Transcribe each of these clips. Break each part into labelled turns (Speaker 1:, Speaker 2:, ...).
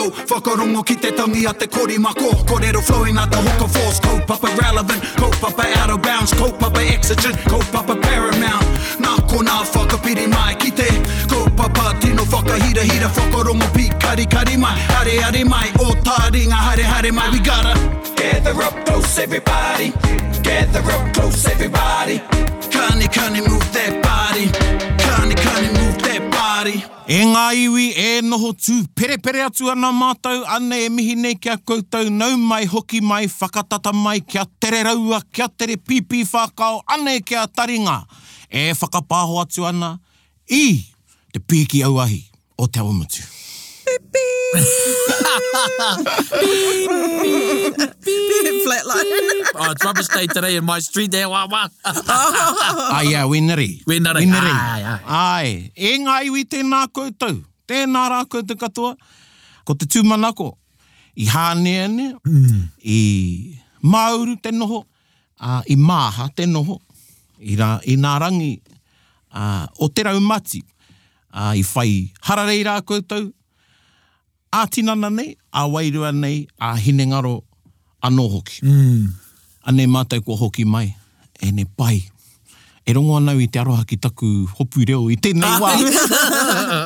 Speaker 1: Whakarongo ki te tangi a te korimako Korero flowing at the hooker force Kaupapa relevant, kaupapa out of bounds Kaupapa exigent, kaupapa paramount Nā ko nā whakapiri mai ki te Kaupapa tino whakahira hira Whakarongo pi kari kari mai Hare hare mai, o tā ringa hare hare mai We gotta
Speaker 2: Gather up close, everybody. Gather up close, everybody.
Speaker 1: Kani kani move that body Kani kani move that body
Speaker 3: E ngā iwi e noho tū perepere atu ana mātou ane e mihi nei kia koutou nau mai hoki mai whakatata mai kia tere raua kia tere pipi whākao ane kia taringa e whakapāho atu ana i te pīki auahi o te awamatu.
Speaker 4: Flatline.
Speaker 5: Oh, it's rubbish day today in my street there, wah wah.
Speaker 3: Ai ia, weneri.
Speaker 5: Weneri.
Speaker 3: Weneri.
Speaker 5: Ai, ai.
Speaker 3: Ai, e ngā iwi tēnā koutou. Tēnā rā koutou katoa. Ko te tūmanako. I hāneane,
Speaker 5: Hmm.
Speaker 3: mm. i mauru te noho, uh, i māha te noho. I, rā, i nā rangi uh, o te raumati. Uh, I whai hararei rā koutou. Ātinana nei, a wairua nei, a hinengaro anō hoki. Mm.
Speaker 5: Hmm.
Speaker 3: Ane mātou ko hoki mai, e ne pai. E rongo anau i te aroha ki taku hopu reo i tēnei wā.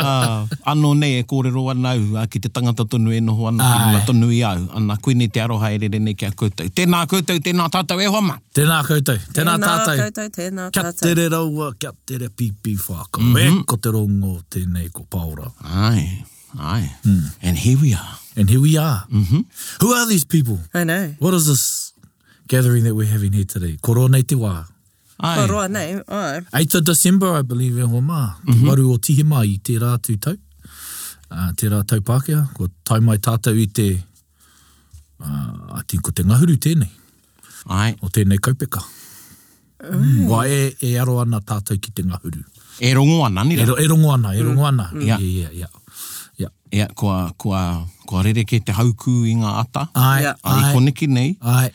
Speaker 3: Ah, anō nei e kōrero anau a ki te tangata tonu e noho ana ki mua tonu i au. Ana koe nei te aroha e rere nei kia koutou. Tēnā koutou, tēnā tātou e homa.
Speaker 5: Tēnā koutou, tēnā tātou.
Speaker 4: koutou, tēnā
Speaker 5: Kia
Speaker 4: tātou.
Speaker 5: tere raua, kia tere pipi whākao. Mm -hmm. E ko te rongo tēnei ko paura.
Speaker 3: Ai, ai. Mm.
Speaker 5: Hmm.
Speaker 3: And here we are.
Speaker 5: And here we are. Mm -hmm. Who are these people?
Speaker 4: I know.
Speaker 5: What is this gathering that we're having here today? Ko rōnei te wā.
Speaker 3: Ai.
Speaker 4: Ko roa nei, ai.
Speaker 5: 8th of December, I believe, e hoa mā. Mm -hmm. Waru o tihima i te rā tūtau. Uh, te rā tau Pākehā. Ko tai mai tātou i te... Uh, I think ko te ngahuru tēnei.
Speaker 3: Ai.
Speaker 5: o tēnei kaupeka. Mm. Wā e, e aro ana tātou ki te ngahuru.
Speaker 3: E rongo ana ni
Speaker 5: E,
Speaker 3: rā.
Speaker 5: ro- e rongo ana, e rongo ana. Mm.
Speaker 3: Ia.
Speaker 5: Yeah. Yeah, yeah, yeah.
Speaker 3: Ea, kua, kua, kua rere ke te hauku i ngā ata.
Speaker 5: Ai,
Speaker 4: Ia.
Speaker 5: yeah.
Speaker 3: Ai,
Speaker 5: ai,
Speaker 3: koneki nei.
Speaker 5: ai.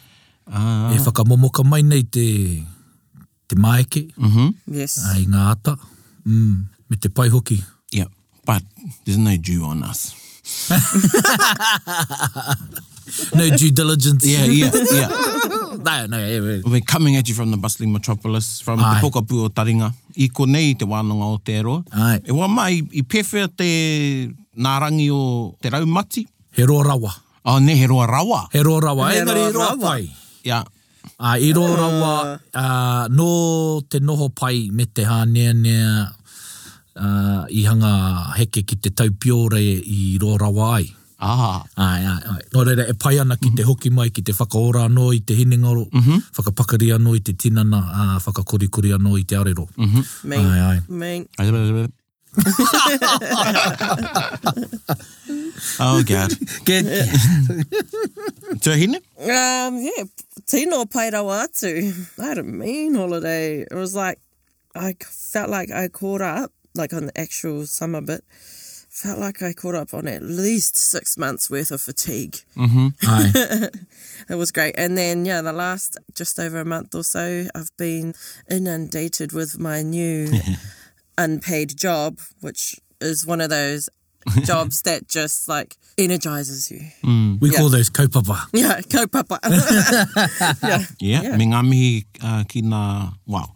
Speaker 3: Ah.
Speaker 5: E whakamomoka mai nei te, te maeke, mm.
Speaker 3: Mhm.
Speaker 4: Yes.
Speaker 5: ai ngā ata, mm. me te pai hoki.
Speaker 3: Yeah, but there's no dew on us.
Speaker 5: No due diligence.
Speaker 3: Yeah, yeah, yeah.
Speaker 5: no, no, e, e.
Speaker 3: We're coming at you from the bustling metropolis, from Ai.
Speaker 5: Ai.
Speaker 3: te pokapū o Taringa. I konei te wānanga o te aroa.
Speaker 5: Ai.
Speaker 3: E wā mai, i pewhia te nārangi o te raumati.
Speaker 5: He roa rawa.
Speaker 3: O ne, he roa rawa.
Speaker 5: He roa rawa.
Speaker 4: He
Speaker 5: Engari,
Speaker 4: roa
Speaker 5: he roa
Speaker 4: rawa.
Speaker 5: pai.
Speaker 3: Yeah.
Speaker 5: A i
Speaker 4: Ah.
Speaker 5: roa rawa, uh, no te noho pai me te hānea nea uh, i hanga heke ki te taupiore i roa rawa ai.
Speaker 3: Ah.
Speaker 5: Ai, ai, ai. Nō reira, e pai ana ki te
Speaker 4: Mhm.
Speaker 5: hoki mai, ki te whakaora anō i te hinengaro, mm -hmm. whakapakari anō i te tinana, uh, whakakorikori anō i te arero. Mm -hmm.
Speaker 4: Mean.
Speaker 5: Ai, ai.
Speaker 4: Mean.
Speaker 3: oh, Oh, God.
Speaker 5: Get,
Speaker 3: Tuhine?
Speaker 4: Um, yeah, Tino Pairawa atu. I had a mean holiday. It was like, I c- felt like I caught up, like on the actual summer bit, felt like I caught up on at least six months worth of fatigue.
Speaker 5: ai.
Speaker 4: It was great. And then, yeah, the last just over a month or so, I've been inundated with my new unpaid job, which is one of those jobs that just like energizes you.
Speaker 5: We
Speaker 4: Yeah.
Speaker 5: call those kaupapa.
Speaker 4: Yeah, go papa. yeah.
Speaker 3: Yeah, yeah. me ngā mihi uh, ki nā, wow,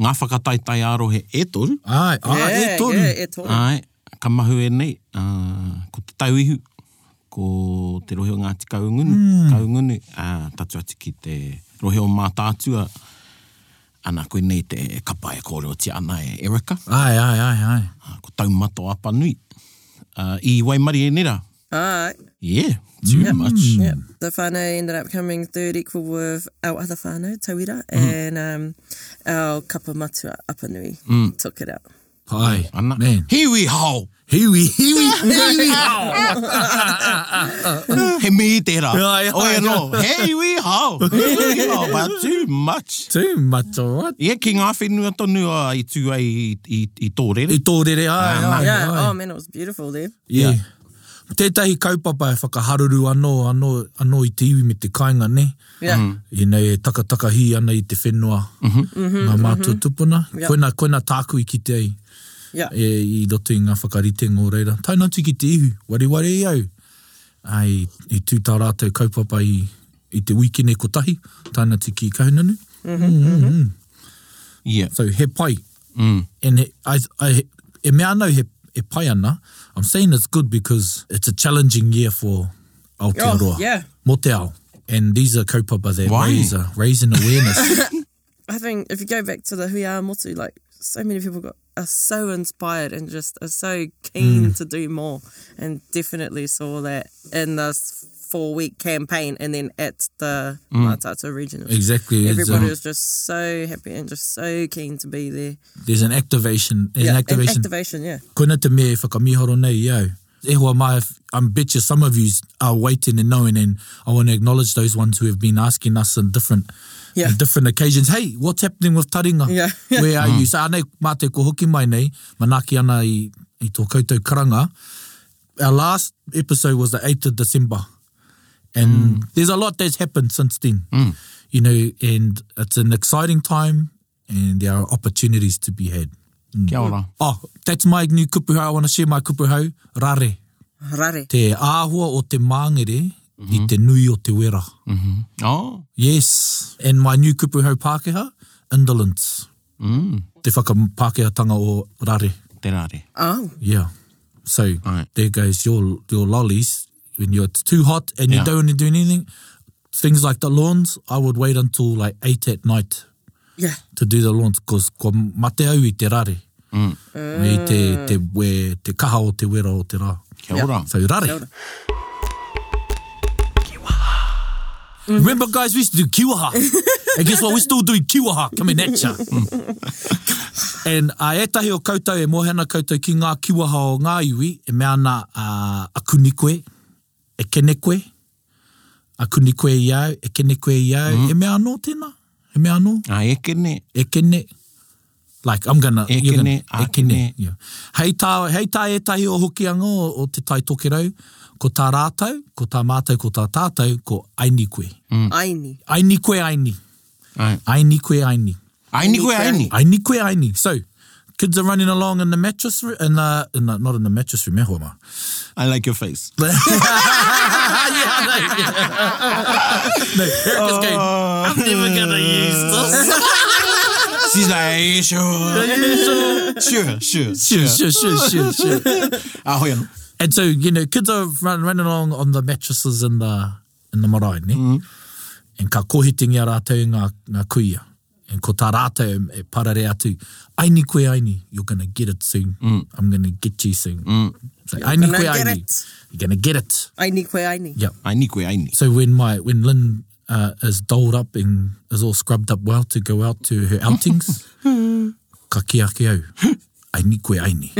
Speaker 3: ngā whakataitai aro he e toru.
Speaker 5: Ai, ai,
Speaker 4: yeah,
Speaker 5: e tonu.
Speaker 4: Yeah, e tonu.
Speaker 3: Ai, ka mahu e nei, uh, ko te tauihu, ko te roheo Ngāti Kaungunu, mm.
Speaker 5: Hmm.
Speaker 3: Kaungunu, uh, tatu atu ki te roheo mātātua, ana koe nei te kapa e kōrero ti ana e Erika,
Speaker 5: Ai, ai, ai, ai.
Speaker 3: uh, ko taumato apanui, uh, i Waimari e nera.
Speaker 4: Alright.
Speaker 3: Yeah, too
Speaker 5: Hmm.
Speaker 3: mm. much.
Speaker 4: Yeah. The whānau ended up coming third equal with our other whānau, Tawira, and um, our kapa matua Apanui took it out.
Speaker 5: Ai,
Speaker 3: Ana,
Speaker 5: man.
Speaker 3: hiwi hao,
Speaker 5: Hiwi, hiwi, hiwi, hao.
Speaker 3: he mihi tērā.
Speaker 5: Ai, ai,
Speaker 3: Oe
Speaker 5: ai.
Speaker 3: no, hiwi hao, hiwi hao, but too much.
Speaker 5: Too much, all right.
Speaker 3: Ia ki ngā whenua tonu a i tū ai i, i, i tō rere.
Speaker 5: I tō rere, ai, ai,
Speaker 4: Yeah.
Speaker 5: ai.
Speaker 4: Oh man, it was beautiful there.
Speaker 5: Yeah. Tētahi kaupapa e whakaharuru anō, anō, anō i te iwi me te kāinga, ne?
Speaker 4: Yeah.
Speaker 5: I nei e takataka hi ana i te whenua ngā mātua tupuna.
Speaker 4: Yeah.
Speaker 5: Koina, koina tāku i ki te ei,
Speaker 4: Yeah.
Speaker 5: e, i roto i ngā whakaritengo reira. Tainatu ki te ihu, wari wari i au. uh, i, i tū tā rātou kaupapa i, i te wikine kotahi, tāna tiki i kahunanu.
Speaker 3: Yeah.
Speaker 5: So he pai.
Speaker 3: Mm.
Speaker 5: And he, I, I, e mea anau he, e pai ana. I'm saying it's good because it's a challenging year for Aotearoa.
Speaker 4: Oh, yeah.
Speaker 5: Mo te ao. And these are kaupapa that
Speaker 3: Why?
Speaker 5: raise, uh, raising awareness.
Speaker 4: I think if you go back to the Huia Motu, like so many people got are so inspired and just are so
Speaker 5: Mm.
Speaker 4: keen to do more, and definitely saw that in this four week campaign, and then at the Matata regional.
Speaker 5: Mm. exactly. It's,
Speaker 4: Everybody
Speaker 5: um,
Speaker 4: was just so happy and just so keen to be there.
Speaker 5: there's an activation. There's
Speaker 4: Yeah,
Speaker 5: an
Speaker 4: and
Speaker 5: activation.
Speaker 4: activation, yeah.
Speaker 5: Koina te mea e whakamihoro nei iau. E hoa mai, if- I bet you some of you are waiting and knowing and I want to acknowledge those ones who have been asking us on different
Speaker 4: Yeah.
Speaker 5: on different occasions, hey, what's happening with Taringa?
Speaker 4: Yeah.
Speaker 5: Where are you? So anei mā te ko hoki mai nei, manaki ana i, i tō koutou karanga. Our last episode was the 8th of December.
Speaker 3: Hmm.
Speaker 5: And there's a lot that's happened since then. You know, and it's an exciting time and there are opportunities to be had.
Speaker 3: Kia ora.
Speaker 5: Oh, that's my new kupuhau. I want to share my kupuhau. Rare.
Speaker 4: Rare.
Speaker 5: Te āhua o te māngere mm
Speaker 3: Mhm.
Speaker 5: -hmm. i te nui o te wera. Mm.
Speaker 3: Oh.
Speaker 5: Yes. And my new kupuhau Pākehā, indolence.
Speaker 3: Mm.
Speaker 5: Te whakapākehātanga o rare.
Speaker 3: Tērā re.
Speaker 4: Oh,
Speaker 5: Yeah. So
Speaker 3: Right.
Speaker 5: there goes your your lollies. When you're it's too hot and
Speaker 3: Yeah.
Speaker 5: you don't want to do anything, things like the lawns, I would wait until like 8 at night
Speaker 4: yeah.
Speaker 5: to do the lawns because ko mate au i te rare. Mm. Uh. I te, te, we, te kaha o te wera o te rā.
Speaker 3: Kia ora.
Speaker 5: So rare.
Speaker 4: ora.
Speaker 5: Mm. Remember, guys, we used to do kiwaha. and guess what? We're still doing kiwaha coming at ya. Mm. and uh, etahi o koutou e mohena koutou ki ngā kiwaha o ngā iwi, e mea ana uh, akuni koe, e kene koe, akuni koe iau, e kene koe iau, mm. e mea anō tēnā, e mea anō,
Speaker 3: A eke ne.
Speaker 5: e kene, Like, I'm gonna...
Speaker 3: E
Speaker 5: you're
Speaker 3: kene, a
Speaker 5: gonna, e kene.
Speaker 3: kene.
Speaker 5: Yeah. Hei tā, hei tā e tahi o hokianga o, o te tai tokerau, ko tā rātou, ko tā mātou, ko tā tātou, ko aini koe.
Speaker 4: Aini.
Speaker 5: Aini koe aini.
Speaker 3: Ai.
Speaker 5: Aini koe aini.
Speaker 3: Ai ni koe ai ni.
Speaker 5: Aini koe aini. So, kids are running along in the mattress room, in the, in the, not in the mattress room, e hoa ma.
Speaker 3: I like your face.
Speaker 5: yeah, I know. no, Eric is going, I'm never going to use this.
Speaker 3: Ah, She's like, sure. Sure, sure,
Speaker 5: sure, sure, sure, sure, sure.
Speaker 3: Ah, hoi anō.
Speaker 5: And so, you know, kids are run, running along on the mattresses in the, in the marae, ne? Mm. And ka kohitingi a rātou ngā, ngā kuia. And ko tā rātou e parare atu, aini koe aini, you're going to get it soon. Mm. I'm going to get you soon. Mm. So, aini
Speaker 4: gonna
Speaker 5: koe
Speaker 4: get
Speaker 5: aini,
Speaker 4: it.
Speaker 5: you're going to get it.
Speaker 4: Aini koe aini.
Speaker 5: Yeah.
Speaker 3: Ai ni koe ai ni.
Speaker 5: So when my when Lynn uh, is doled up and is all scrubbed up well to go out to her outings, ka kia ke au, ai ni koe ai ni.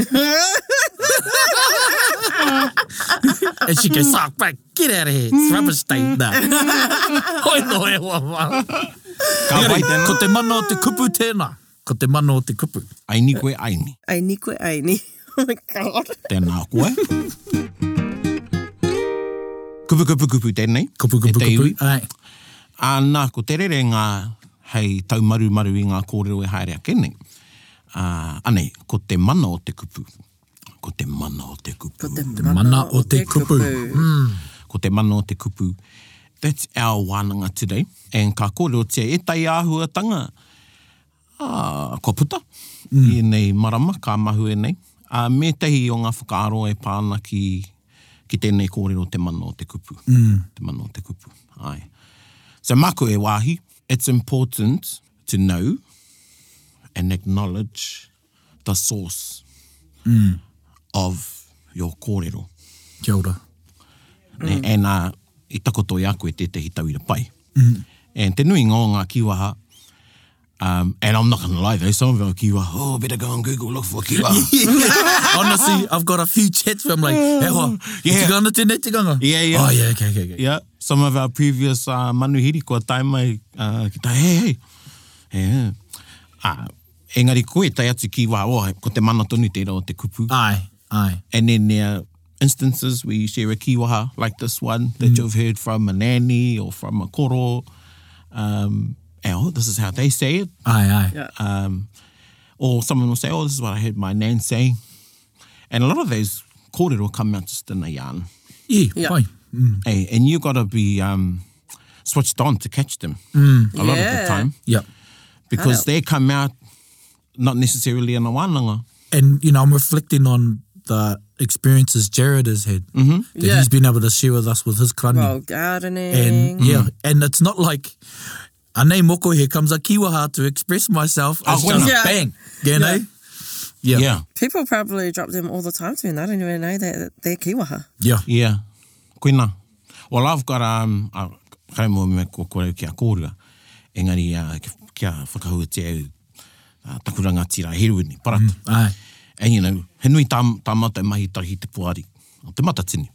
Speaker 5: and she goes, "Sark back, get out of here, it's rubbish day." Nah. Hoi no e wā wā.
Speaker 3: Ka wai
Speaker 5: Ko
Speaker 3: tēnā.
Speaker 5: te mana o te kupu tēnā. Ko te mana o te kupu.
Speaker 3: Ai ni koe ai ni.
Speaker 4: Aini koe aini. Oh my god.
Speaker 3: Tēnā koe. Kupu kupu kupu tēnei.
Speaker 5: Kupu,
Speaker 3: E
Speaker 5: kupu,
Speaker 3: te iwi.
Speaker 5: kupu. Ai.
Speaker 3: Anā, ko te rere ngā hei taumarumaru i ngā kōrero e haere ake nei. Uh, anei, ko te mana o te kupu. Ko te mana o te kupu. Ko te,
Speaker 5: Mm, mana o te kupu. Mm.
Speaker 3: ko te mana o te kupu. That's our wānanga today. And ka kōrero tia e tai āhuatanga uh, ko puta. Mm. I nei marama, ka mahu e nei. Uh, me tehi o ngā whakaaro e pāna ki, ki tēnei kōrero te mana o te kupu. Mm. Te mana o te kupu. Ai. So mako e wahi, it's important to know and acknowledge the source mm. of your kōrero.
Speaker 5: Kia ora.
Speaker 3: Ne, E nā, i takoto i aku e tētahi tauira pai. Mm. And te nui ngō ngā kiwaha, um, and I'm not going to lie though, some of our kiwaha, oh, better go on Google, look for kiwaha.
Speaker 5: Honestly, I've got a few chats where I'm like, e hoa, yeah.
Speaker 3: Yeah.
Speaker 5: te gana tēnei te ganga?
Speaker 3: Yeah, yeah.
Speaker 5: Oh, yeah, okay, okay, okay.
Speaker 3: yeah, some of our previous uh, manuhiri kua tai mai, uh, ki tai, hey, hey, yeah. Uh, engari koe tai atu kiwaha oa, ko te mana tonu tērā o te kupu.
Speaker 5: Ai, ai.
Speaker 3: And then there are instances where you share a kiwaha like this one that you've heard from a nanny or from a koro. Um, and, oh, this is how they say it.
Speaker 5: Ai, ai.
Speaker 4: Yeah.
Speaker 3: Um, or someone will say, oh, this is what I heard my nan saying. And a lot of those kōrero come out just in a yarn.
Speaker 5: Yeah,
Speaker 4: Yeah.
Speaker 5: pai.
Speaker 3: Mm. Hey, and you got to be um, switched on to catch them mm. a lot of
Speaker 4: Yeah.
Speaker 3: the time
Speaker 5: Yep.
Speaker 3: because
Speaker 4: Help.
Speaker 3: they come out not necessarily in a wānanga.
Speaker 5: And, you know, I'm reflecting on the experiences Jared has had mm-hmm. that
Speaker 4: Yeah.
Speaker 5: he's been able to share with us with his karani.
Speaker 4: Well, gardening.
Speaker 5: and yeah, and it's not like Anei Moko here comes a kiwaha to express myself.
Speaker 3: Ah,
Speaker 5: It's just
Speaker 4: Yeah.
Speaker 5: bang, you know. Yeah, yeah,
Speaker 3: Yeah,
Speaker 4: People probably drop them all the time to me, and I don't even know that they're kiwaha.
Speaker 5: yeah.
Speaker 3: yeah. Kuina. Well, I've got um, a kai mō me ko kore ki a kōrua. Engari, uh, kia whakahua te au uh, takuranga tira heru ni, parata. Mm.
Speaker 5: Aye.
Speaker 3: And you know, he nui tā, tā mata e mahi tahi te puari, o te matatini.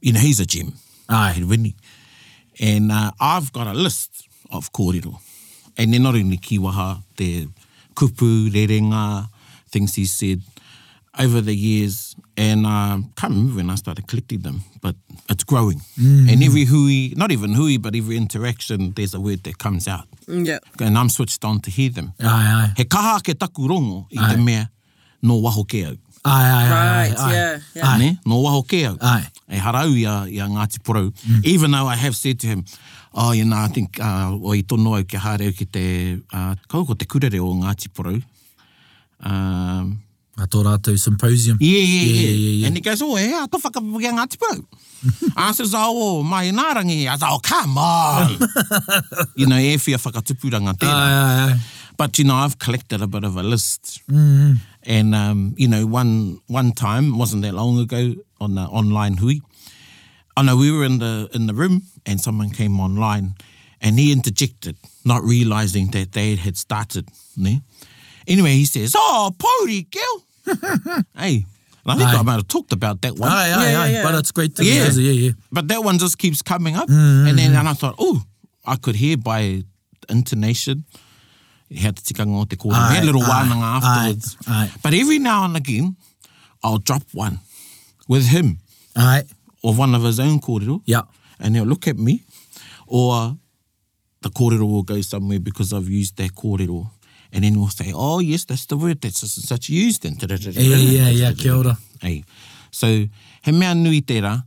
Speaker 3: You know, he's a gem.
Speaker 5: Aye.
Speaker 3: He really. And uh, I've got a list of kōrero. And they're not only kiwaha, they're kupu, rerenga, things he said over the years. And I can't remember when I started collecting them, but it's growing. And every hui, not even hui, but every interaction, there's a word that comes out.
Speaker 4: Yeah.
Speaker 3: And I'm switched on to hear them.
Speaker 5: Aye, aye.
Speaker 3: He kaha ke taku rongo i te mea nō waho ke au.
Speaker 5: Aye, aye,
Speaker 4: Right,
Speaker 5: aye, aye.
Speaker 4: yeah, yeah.
Speaker 5: Aye.
Speaker 3: Ne? Nō waho ke au.
Speaker 5: Aye.
Speaker 3: E harau i a, i a Ngāti Porou. Even though I have said to him, oh, you know, I think uh, o i tono au ke hāreu ki te, uh, kau ko te kurere o Ngāti Porou. Um,
Speaker 5: I thought I'd do symposium.
Speaker 3: yeah, yeah, yeah,
Speaker 5: yeah, yeah, yeah.
Speaker 3: And he goes, oh, eh, ato whakapuke a Ngāti Porou. I says, oh, oh, mai nārangi. I said, oh, come on. you know, e whia whakatupuranga tērā.
Speaker 5: Aye, aye, aye.
Speaker 3: But you know, I've collected a bit of a list,
Speaker 5: Mm-hmm.
Speaker 3: and um, you know, one one time wasn't that long ago on the online hui. I know we were in the in the room, and someone came online, and he interjected, not realizing that they had started. ne? Anyway, he says, "Oh, Pori girl." hey, and I think I
Speaker 5: Aye.
Speaker 3: might have talked about that one.
Speaker 5: Aye, aye,
Speaker 4: Yeah,
Speaker 5: aye.
Speaker 4: yeah,
Speaker 5: But
Speaker 4: yeah.
Speaker 5: it's great to yeah. yeah, yeah.
Speaker 3: But that one just keeps coming up. And then and I thought, oh, I could hear by intonation. He had to tikanga o te kōrero.
Speaker 5: Aye,
Speaker 3: He had a little
Speaker 5: aye,
Speaker 3: wānanga afterwards.
Speaker 5: aye, aye.
Speaker 3: But every now and again, I'll drop one with him
Speaker 5: Aye.
Speaker 3: or one of his own kōrero.
Speaker 5: Yeah.
Speaker 3: And he'll look at me or the kōrero will go somewhere because I've used that kōrero. And then we'll say, oh, yes, that's the word that's such and such used. And
Speaker 5: Yeah, yeah, yeah. Kia ora.
Speaker 3: Hey. So, he mea nui tērā,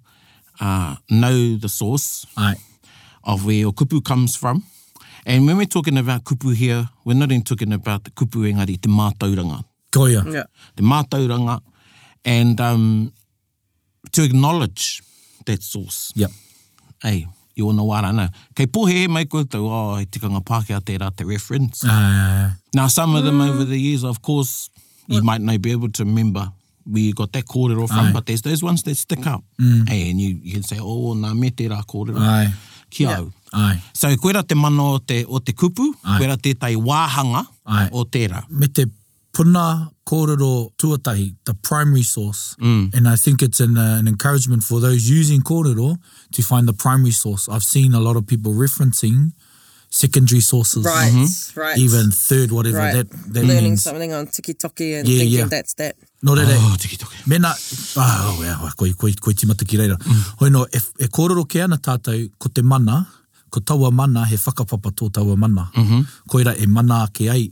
Speaker 3: uh, know the source
Speaker 5: Aye.
Speaker 3: of where your kupu comes from. And when we're talking about kupu here, we're not even talking about the kupu engari, te mātauranga.
Speaker 5: Koia.
Speaker 4: Yeah.
Speaker 3: Te mātauranga. And um, to acknowledge that source.
Speaker 5: Yep.
Speaker 3: Hey, you want to warana. Kei pohe e mai koutou, oh, e tikanga Pākehā tērā te reference.
Speaker 5: Aye, aye,
Speaker 3: Now, some of them over the years, of course, you might not be able to remember where you got that kōrero from, but there's those ones that stick out. Hey, and you, you can say, oh, nā me tērā kōrero.
Speaker 5: aye.
Speaker 3: Ki au.
Speaker 5: Aye.
Speaker 3: So, koera te mana o te, o te kupu, Ai.
Speaker 5: Ai.
Speaker 3: koera tētai wāhanga
Speaker 5: Ai.
Speaker 3: o tērā.
Speaker 5: me te puna kōrero tuatahi, the primary source. Mm. And I think it's an, uh, an encouragement for those using kōrero to find the primary source. I've seen a lot of people referencing secondary sources,
Speaker 4: Right, right.
Speaker 5: Mm-hmm. even third, whatever
Speaker 4: right.
Speaker 5: that, that
Speaker 4: Learning
Speaker 5: means.
Speaker 4: something on tikitoki and
Speaker 5: Yeah,
Speaker 4: thinking
Speaker 5: yeah.
Speaker 4: that's that.
Speaker 5: No rere,
Speaker 3: Oh,
Speaker 5: oh.
Speaker 3: tiki toki.
Speaker 5: mena, ah, oh, yeah, koe, koe, koe timata ki reira. Mm. Hoi no, e, e kōrero ke ana tātou ko te mana, ko taua mana, he whakapapa tō taua mana. Mm -hmm. Koira e mana ke ai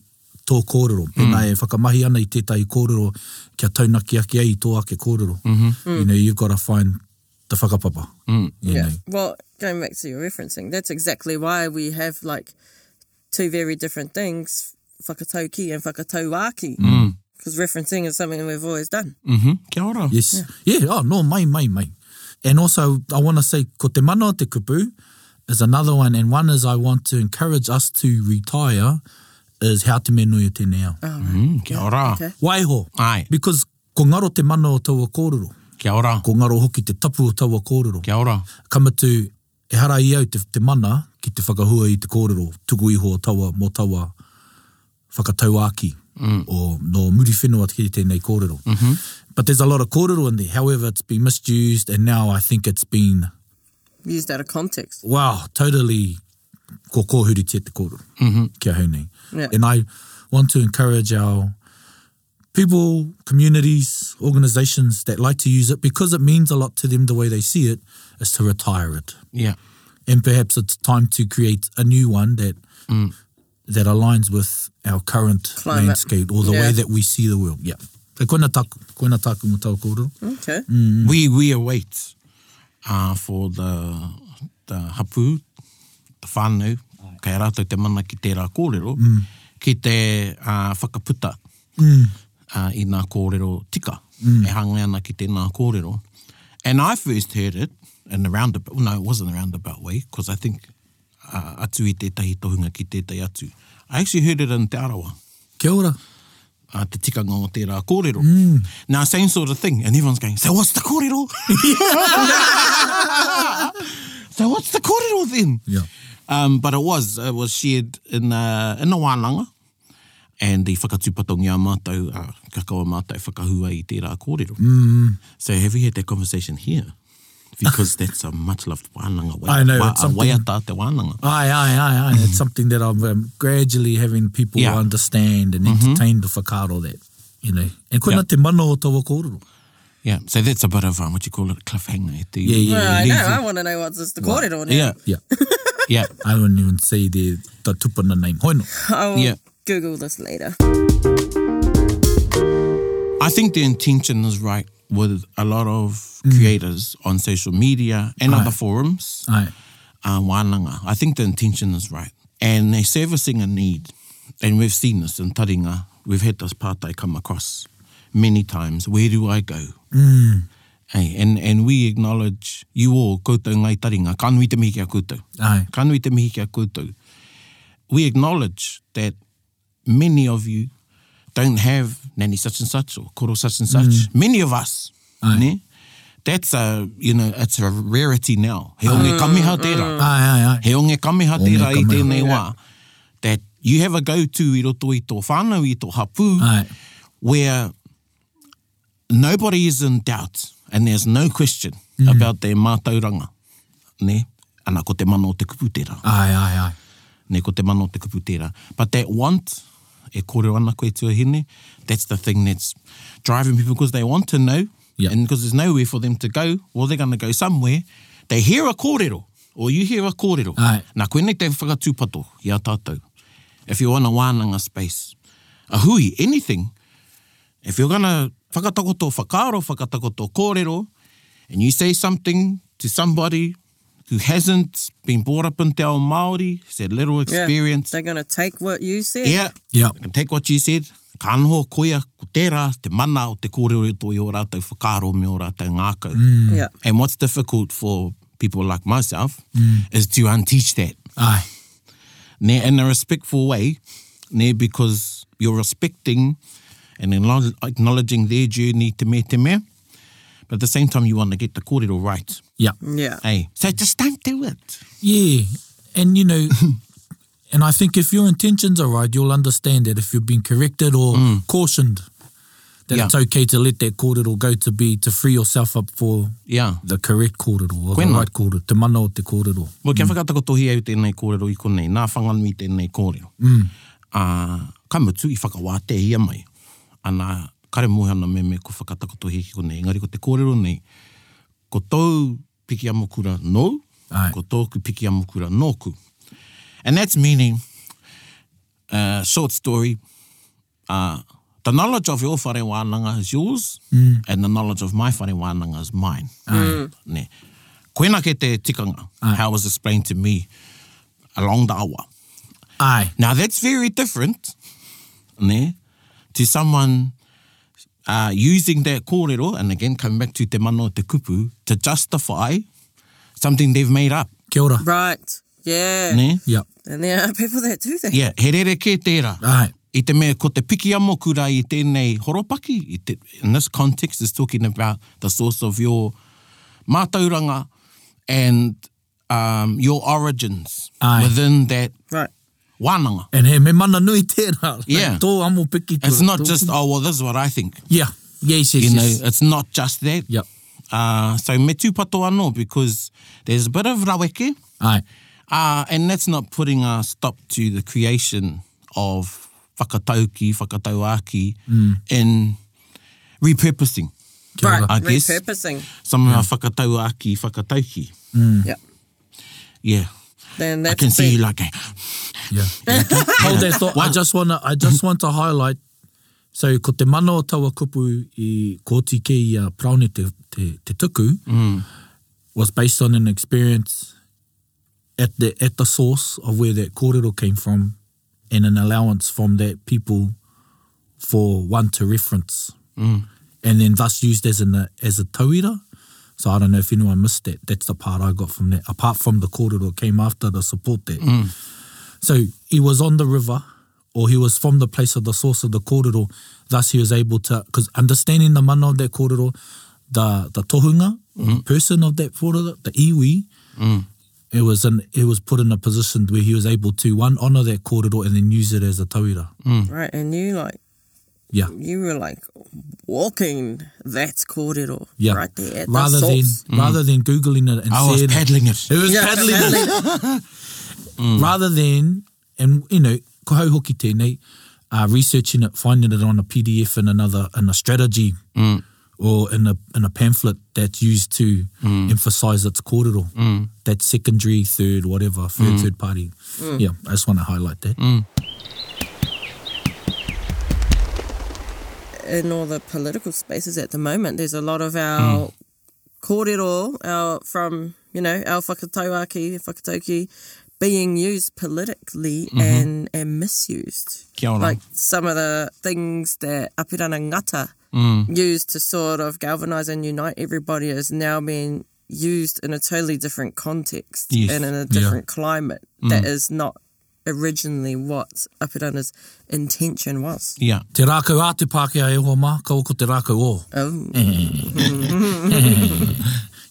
Speaker 5: tō kōrero. Pena mm. e whakamahi ana i tētai kōrero kia tauna ki ake ai i tō ake kōrero. Mm -hmm. You know, you've got to find the whakapapa. Mm. You
Speaker 4: Yeah.
Speaker 5: Know.
Speaker 4: Well, going back to your referencing, that's exactly why we have like two very different things, whakatauki and whakatauaki.
Speaker 5: Mm.
Speaker 4: Because referencing is something we've always done.
Speaker 3: Mm-hmm. Kia ora. Yeah.
Speaker 5: Yes. Yeah. yeah. Oh, no, mai, mai, mai. And also, I want to say, ko te mana o te kupu is another one. And one is I want to encourage us to retire is how te menui o tēnei au. Uh.
Speaker 3: Mm, kia ora. Okay.
Speaker 4: Okay.
Speaker 5: Waiho.
Speaker 3: Ai,
Speaker 5: Because ko ngaro te mana o taua kōrero.
Speaker 3: kia ora.
Speaker 5: Ko ngaro hoki te tapu o taua kōrero.
Speaker 3: Kia ora.
Speaker 5: Kamatu e hara i au te, te mana ki te whakahua i te kōrero. Tuku iho o taua, mō taua whakatauaki mm. o no muri whenua ki tēnei kōrero. Mm-hmm. But there's a lot of kōrero in there. However, it's been misused and now I think it's been,
Speaker 4: Used out of context.
Speaker 5: wow, totally ko kōhuri te te kōrero. Mm-hmm. Kia hau nei.
Speaker 4: Yeah.
Speaker 5: And I want to encourage our people, communities, organisations that like to use it because it means a lot to them the way they see it is to retire it.
Speaker 3: Yeah.
Speaker 5: and perhaps it's time to create a new one that that aligns with our current
Speaker 4: Climate.
Speaker 5: landscape or the way
Speaker 4: Yeah.
Speaker 5: that we see the world.
Speaker 3: Mm-hmm.
Speaker 5: Yeah. Te koina taku, koina taku mo tau kōrero.
Speaker 4: Okay.
Speaker 3: Mm. We, we await uh, for the, the hapu, the whānau, kei rātou te mana ki tērā kōrero, mm. ki te uh, whakaputa mm. uh, i nā kōrero tika, mm. e hanga ana ki tēnā kōrero. And I first heard it in the roundabout, no, it wasn't the roundabout way, because I think uh, atu i tētahi tohunga ki tētai atu. I actually heard it in Te Arawa.
Speaker 5: Kia ora.
Speaker 3: uh, te tikanga o tērā kōrero. Mm. Now, same sort of thing, and everyone's going, so what's the kōrero? so what's the kōrero then?
Speaker 5: Yeah.
Speaker 3: Um, but it was, it was shared in, uh, in a wānanga, and the whakatūpatongi a mātou, uh, kakawa mātou whakahua i tērā kōrero. Mm. So have you had that conversation here? Because that's a much loved wānanga. Wai,
Speaker 5: I know,
Speaker 3: Wa,
Speaker 5: it's
Speaker 3: a
Speaker 5: something-
Speaker 3: waiata te wānanga.
Speaker 5: Ai, ai, ai, ai. It's something that I'm um, gradually having people
Speaker 3: Yeah.
Speaker 5: understand and entertain the whakaro that, you know. And koina
Speaker 3: Yeah.
Speaker 5: te mana o tawa kōrero.
Speaker 3: Yeah, so that's a bit of, um, what you call it, cliffhanger. At the,
Speaker 5: Yeah, yeah,
Speaker 4: Well, I
Speaker 3: leave
Speaker 4: know,
Speaker 3: it.
Speaker 4: I want to know what's this the kōrero now.
Speaker 3: Yeah,
Speaker 5: Yeah.
Speaker 3: yeah.
Speaker 5: I don't even say the, the tupuna name. Hoino.
Speaker 4: I will
Speaker 3: Yeah.
Speaker 4: Google this later.
Speaker 3: I think the intention is right with a lot of creators on social media and other forums.
Speaker 5: Ai.
Speaker 3: Uh, wānanga. I think the intention is right. And they're servicing a need. And we've seen this in Taringa. We've had this pātai come across many times. Where do I go? Hey, and, and we acknowledge you all, koutou ngai taringa, ka nui te mihi kia koutou.
Speaker 5: Ai.
Speaker 3: Ka nui te mihi kia koutou. We acknowledge that many of you don't have nani such and such or koro such and such. Many of us.
Speaker 5: Mm. Aye.
Speaker 3: Ne? That's a, you know, it's a rarity now. He onge kamiha tērā.
Speaker 5: Ai, ai, ai.
Speaker 3: He onge kamiha
Speaker 5: Mm. Onge
Speaker 3: tērā i
Speaker 5: kameha.
Speaker 3: tēnei wā. That you have a go-to i roto i tō whānau, i tō hapū
Speaker 5: Ai.
Speaker 3: where nobody is in doubt and there's no question
Speaker 5: Mm.
Speaker 3: about their mātauranga. Ne? Ana ko te mana o te kuputera.
Speaker 5: Ai, ai, ai.
Speaker 3: Ne ko te mana o te kuputera. But that want, e kōrero ana koe tuahine, that's the thing that's driving people because they want to know
Speaker 5: Yeah.
Speaker 3: and because there's nowhere for them to go, well, they're going to go somewhere. They hear a kōrero or you hear a kōrero.
Speaker 5: Aye.
Speaker 3: Nā koe nei te whakatūpato i a tātou. If you're in a wānanga space, a hui, anything, If you're gonna whakatako tō whakaaro, whakatako tō kōrero, and you say something to somebody who hasn't been brought up in te ao Māori, has had little experience,
Speaker 4: They're going to take what you said.
Speaker 3: yeah,
Speaker 5: Yeah.
Speaker 3: I can take what you said, ka anho koia ko tērā, te mana o te kōrero i tō i o rātou whakaaro me o rātou ngākau.
Speaker 4: Yeah.
Speaker 3: And what's difficult for people like myself is to unteach that.
Speaker 5: Ai.
Speaker 3: ne, in a respectful way, ne, because you're respecting and acknowl- acknowledging their journey to me, to me. But at the same time, you want to get the kōrero right.
Speaker 5: Yeah.
Speaker 4: Yeah.
Speaker 3: Hey, so just don't do it.
Speaker 5: Yeah. And, you know, and I think if your intentions are right, you'll understand that if you've been corrected or cautioned, that
Speaker 3: Mm. Yeah.
Speaker 5: it's okay to let that kōrero go to be, to free yourself up for
Speaker 3: Yeah.
Speaker 5: the correct kōrero or the
Speaker 3: Koena.
Speaker 5: right kōrero, te mana o te kōrero.
Speaker 3: Mo kia whakatako tohi au tēnei kōrero i konei, nā whanganui tēnei kōrero. Mm. Uh, ka mutu i whakawāte ia mai. Ana kare muhana me me ko whakatako tohi ki konei. Engari ko te kōrero nei, ko tau piki amokura no,
Speaker 5: Ai.
Speaker 3: ko tōku piki amokura nōku. And that's meaning, uh, short story, uh, the knowledge of your whare wānanga is yours, mm. and the knowledge of my whare wānanga is mine. Mm. Ne. Koena ke te tikanga, how it was explained to me along the awa.
Speaker 5: Ai.
Speaker 3: Now that's very different ne, to someone uh, using that kōrero, and again coming back to te mana o te kupu, to justify something they've made up.
Speaker 5: Kia ora.
Speaker 4: Right. Yeah.
Speaker 3: Ne?
Speaker 5: Yeah.
Speaker 4: And there are people that do that.
Speaker 3: Yeah, he rere ke tērā.
Speaker 5: Ai.
Speaker 3: I te mea, ko te piki amokura i tēnei horopaki, i te, in this context is talking about the source of your mātauranga and um, your origins
Speaker 5: Aye.
Speaker 3: within that
Speaker 4: Right.
Speaker 3: wānanga.
Speaker 5: And he, me mana nui tērā. Like,
Speaker 3: Yeah.
Speaker 5: Tō amo piki.
Speaker 3: It's
Speaker 5: tō-
Speaker 3: not
Speaker 5: tō-
Speaker 3: just, oh, well, this is what I think.
Speaker 5: Yeah. Yes, yes,
Speaker 3: You
Speaker 5: yes.
Speaker 3: know, it's not just that.
Speaker 5: Yep.
Speaker 3: Uh, so me tūpato anō because there's a bit of raweke,
Speaker 5: Ai.
Speaker 3: uh, and that's not putting a stop to the creation of whakatauki, whakatauaki in repurposing.
Speaker 5: Kia
Speaker 4: Right.
Speaker 5: ora.
Speaker 3: I guess.
Speaker 4: Repurposing.
Speaker 3: Some of our whakatauaki, whakatauki.
Speaker 4: Yeah.
Speaker 3: Yeah.
Speaker 4: Then
Speaker 3: Hmm. I
Speaker 4: that's
Speaker 3: can see
Speaker 4: big.
Speaker 3: you like, eh,
Speaker 5: Yeah. Hold that thought. I just wanna I just want to highlight so ko te mana o tawa kupu i ko tika i a praone te, te, te tuku mm. was based on an experience at the at the source of where that kōrero came from and an allowance from that people for one to reference Mm. and then thus used as an as a tauira so I don't know if anyone missed that that's the part I got from that apart from the kōrero came after the support that so he was on the river or he was from the place of the source of the kōrero thus he was able to because understanding the mana of that kōrero the the tohunga
Speaker 3: Mm-hmm.
Speaker 5: person of that kōrero the iwi
Speaker 3: Mm.
Speaker 5: it was an it was put in a position where he was able to one honor that kōrero and then use it as a tauira
Speaker 3: um,
Speaker 4: right? And you like
Speaker 5: yeah
Speaker 4: you were like walking. That's kōrero
Speaker 5: yeah
Speaker 4: right there. At
Speaker 5: rather
Speaker 4: the
Speaker 5: than
Speaker 4: source.
Speaker 5: rather than googling it and
Speaker 3: Mm. I was
Speaker 5: saying-
Speaker 3: paddling it.
Speaker 5: It was
Speaker 4: Yeah,
Speaker 5: paddling.
Speaker 4: paddling.
Speaker 3: Mm.
Speaker 5: rather than and you know ko hau hoki tēnei uh, researching it finding it on a PDF in another in a strategy
Speaker 3: Mm.
Speaker 5: or in a in a pamphlet that's used to
Speaker 3: Mm.
Speaker 5: emphasize its kōrero that secondary third whatever third
Speaker 3: Mm.
Speaker 5: third party
Speaker 4: Mm.
Speaker 5: yeah I just want to highlight that
Speaker 4: in all the political spaces at the moment, there's a lot of our
Speaker 3: Hmm.
Speaker 4: kōrero, our from you know our whakatauaki, whakatauki, being used politically
Speaker 3: Mm-hmm.
Speaker 4: and and misused.
Speaker 3: Kia ora.
Speaker 4: Like some of the things that Apirana Ngata used to sort of galvanise and unite everybody is now being used in a totally different context
Speaker 3: Yes.
Speaker 4: and in a
Speaker 5: Yeah.
Speaker 4: different climate that is not originally what Apirana's intention was.
Speaker 3: Yeah.
Speaker 5: Te rākau a te Pākehā e hoa mā, ka oko te rākau o.
Speaker 4: Oh.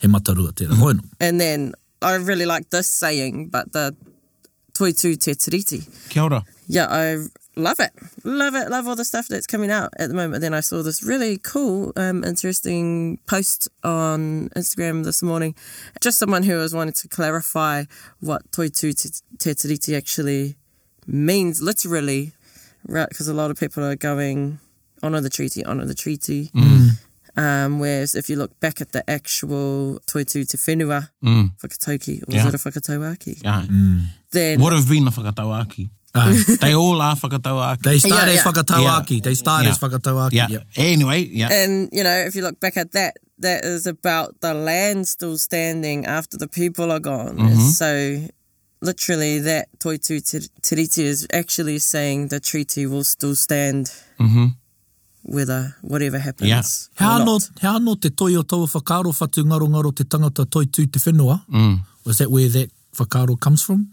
Speaker 5: He matarua tērā. Hoeno.
Speaker 4: And then I really like this saying, but the toitu te tiriti.
Speaker 3: Kia ora.
Speaker 4: Yeah, I love it. Love it. Love all the stuff that's coming out at the moment. Then I saw this really cool, um, interesting post on Instagram this morning. Just someone who was wanting to clarify what toitu te, te tiriti actually means literally, right? Because a lot of people are going, honour the treaty, honour the treaty. Um, whereas if you look back at the actual toitu te whenua, whakatauki, or
Speaker 3: Yeah.
Speaker 4: is it a whakatauaki?
Speaker 3: Yeah.
Speaker 4: Then
Speaker 3: Would have been a whakatauaki.
Speaker 5: Ah,
Speaker 3: They all are whakatauaki.
Speaker 5: they start
Speaker 4: Yeah,
Speaker 5: as
Speaker 4: yeah.
Speaker 5: whakatauaki. They start
Speaker 3: Yeah.
Speaker 5: as whakatauaki.
Speaker 3: yeah.
Speaker 5: Yep.
Speaker 3: Anyway, yeah.
Speaker 4: And you know, if you look back at that, that is about the land still standing after the people are gone. So, literally, that Toitu Tir- Tiriti is actually saying the treaty will still stand, whether whatever happens.
Speaker 3: Yeah.
Speaker 4: or
Speaker 5: He anō,
Speaker 4: not.
Speaker 5: he anō te toi o taua whakaro whatu ngarongaro te tangata toi tū te whenua. Mm. Was that where that whakaro comes from?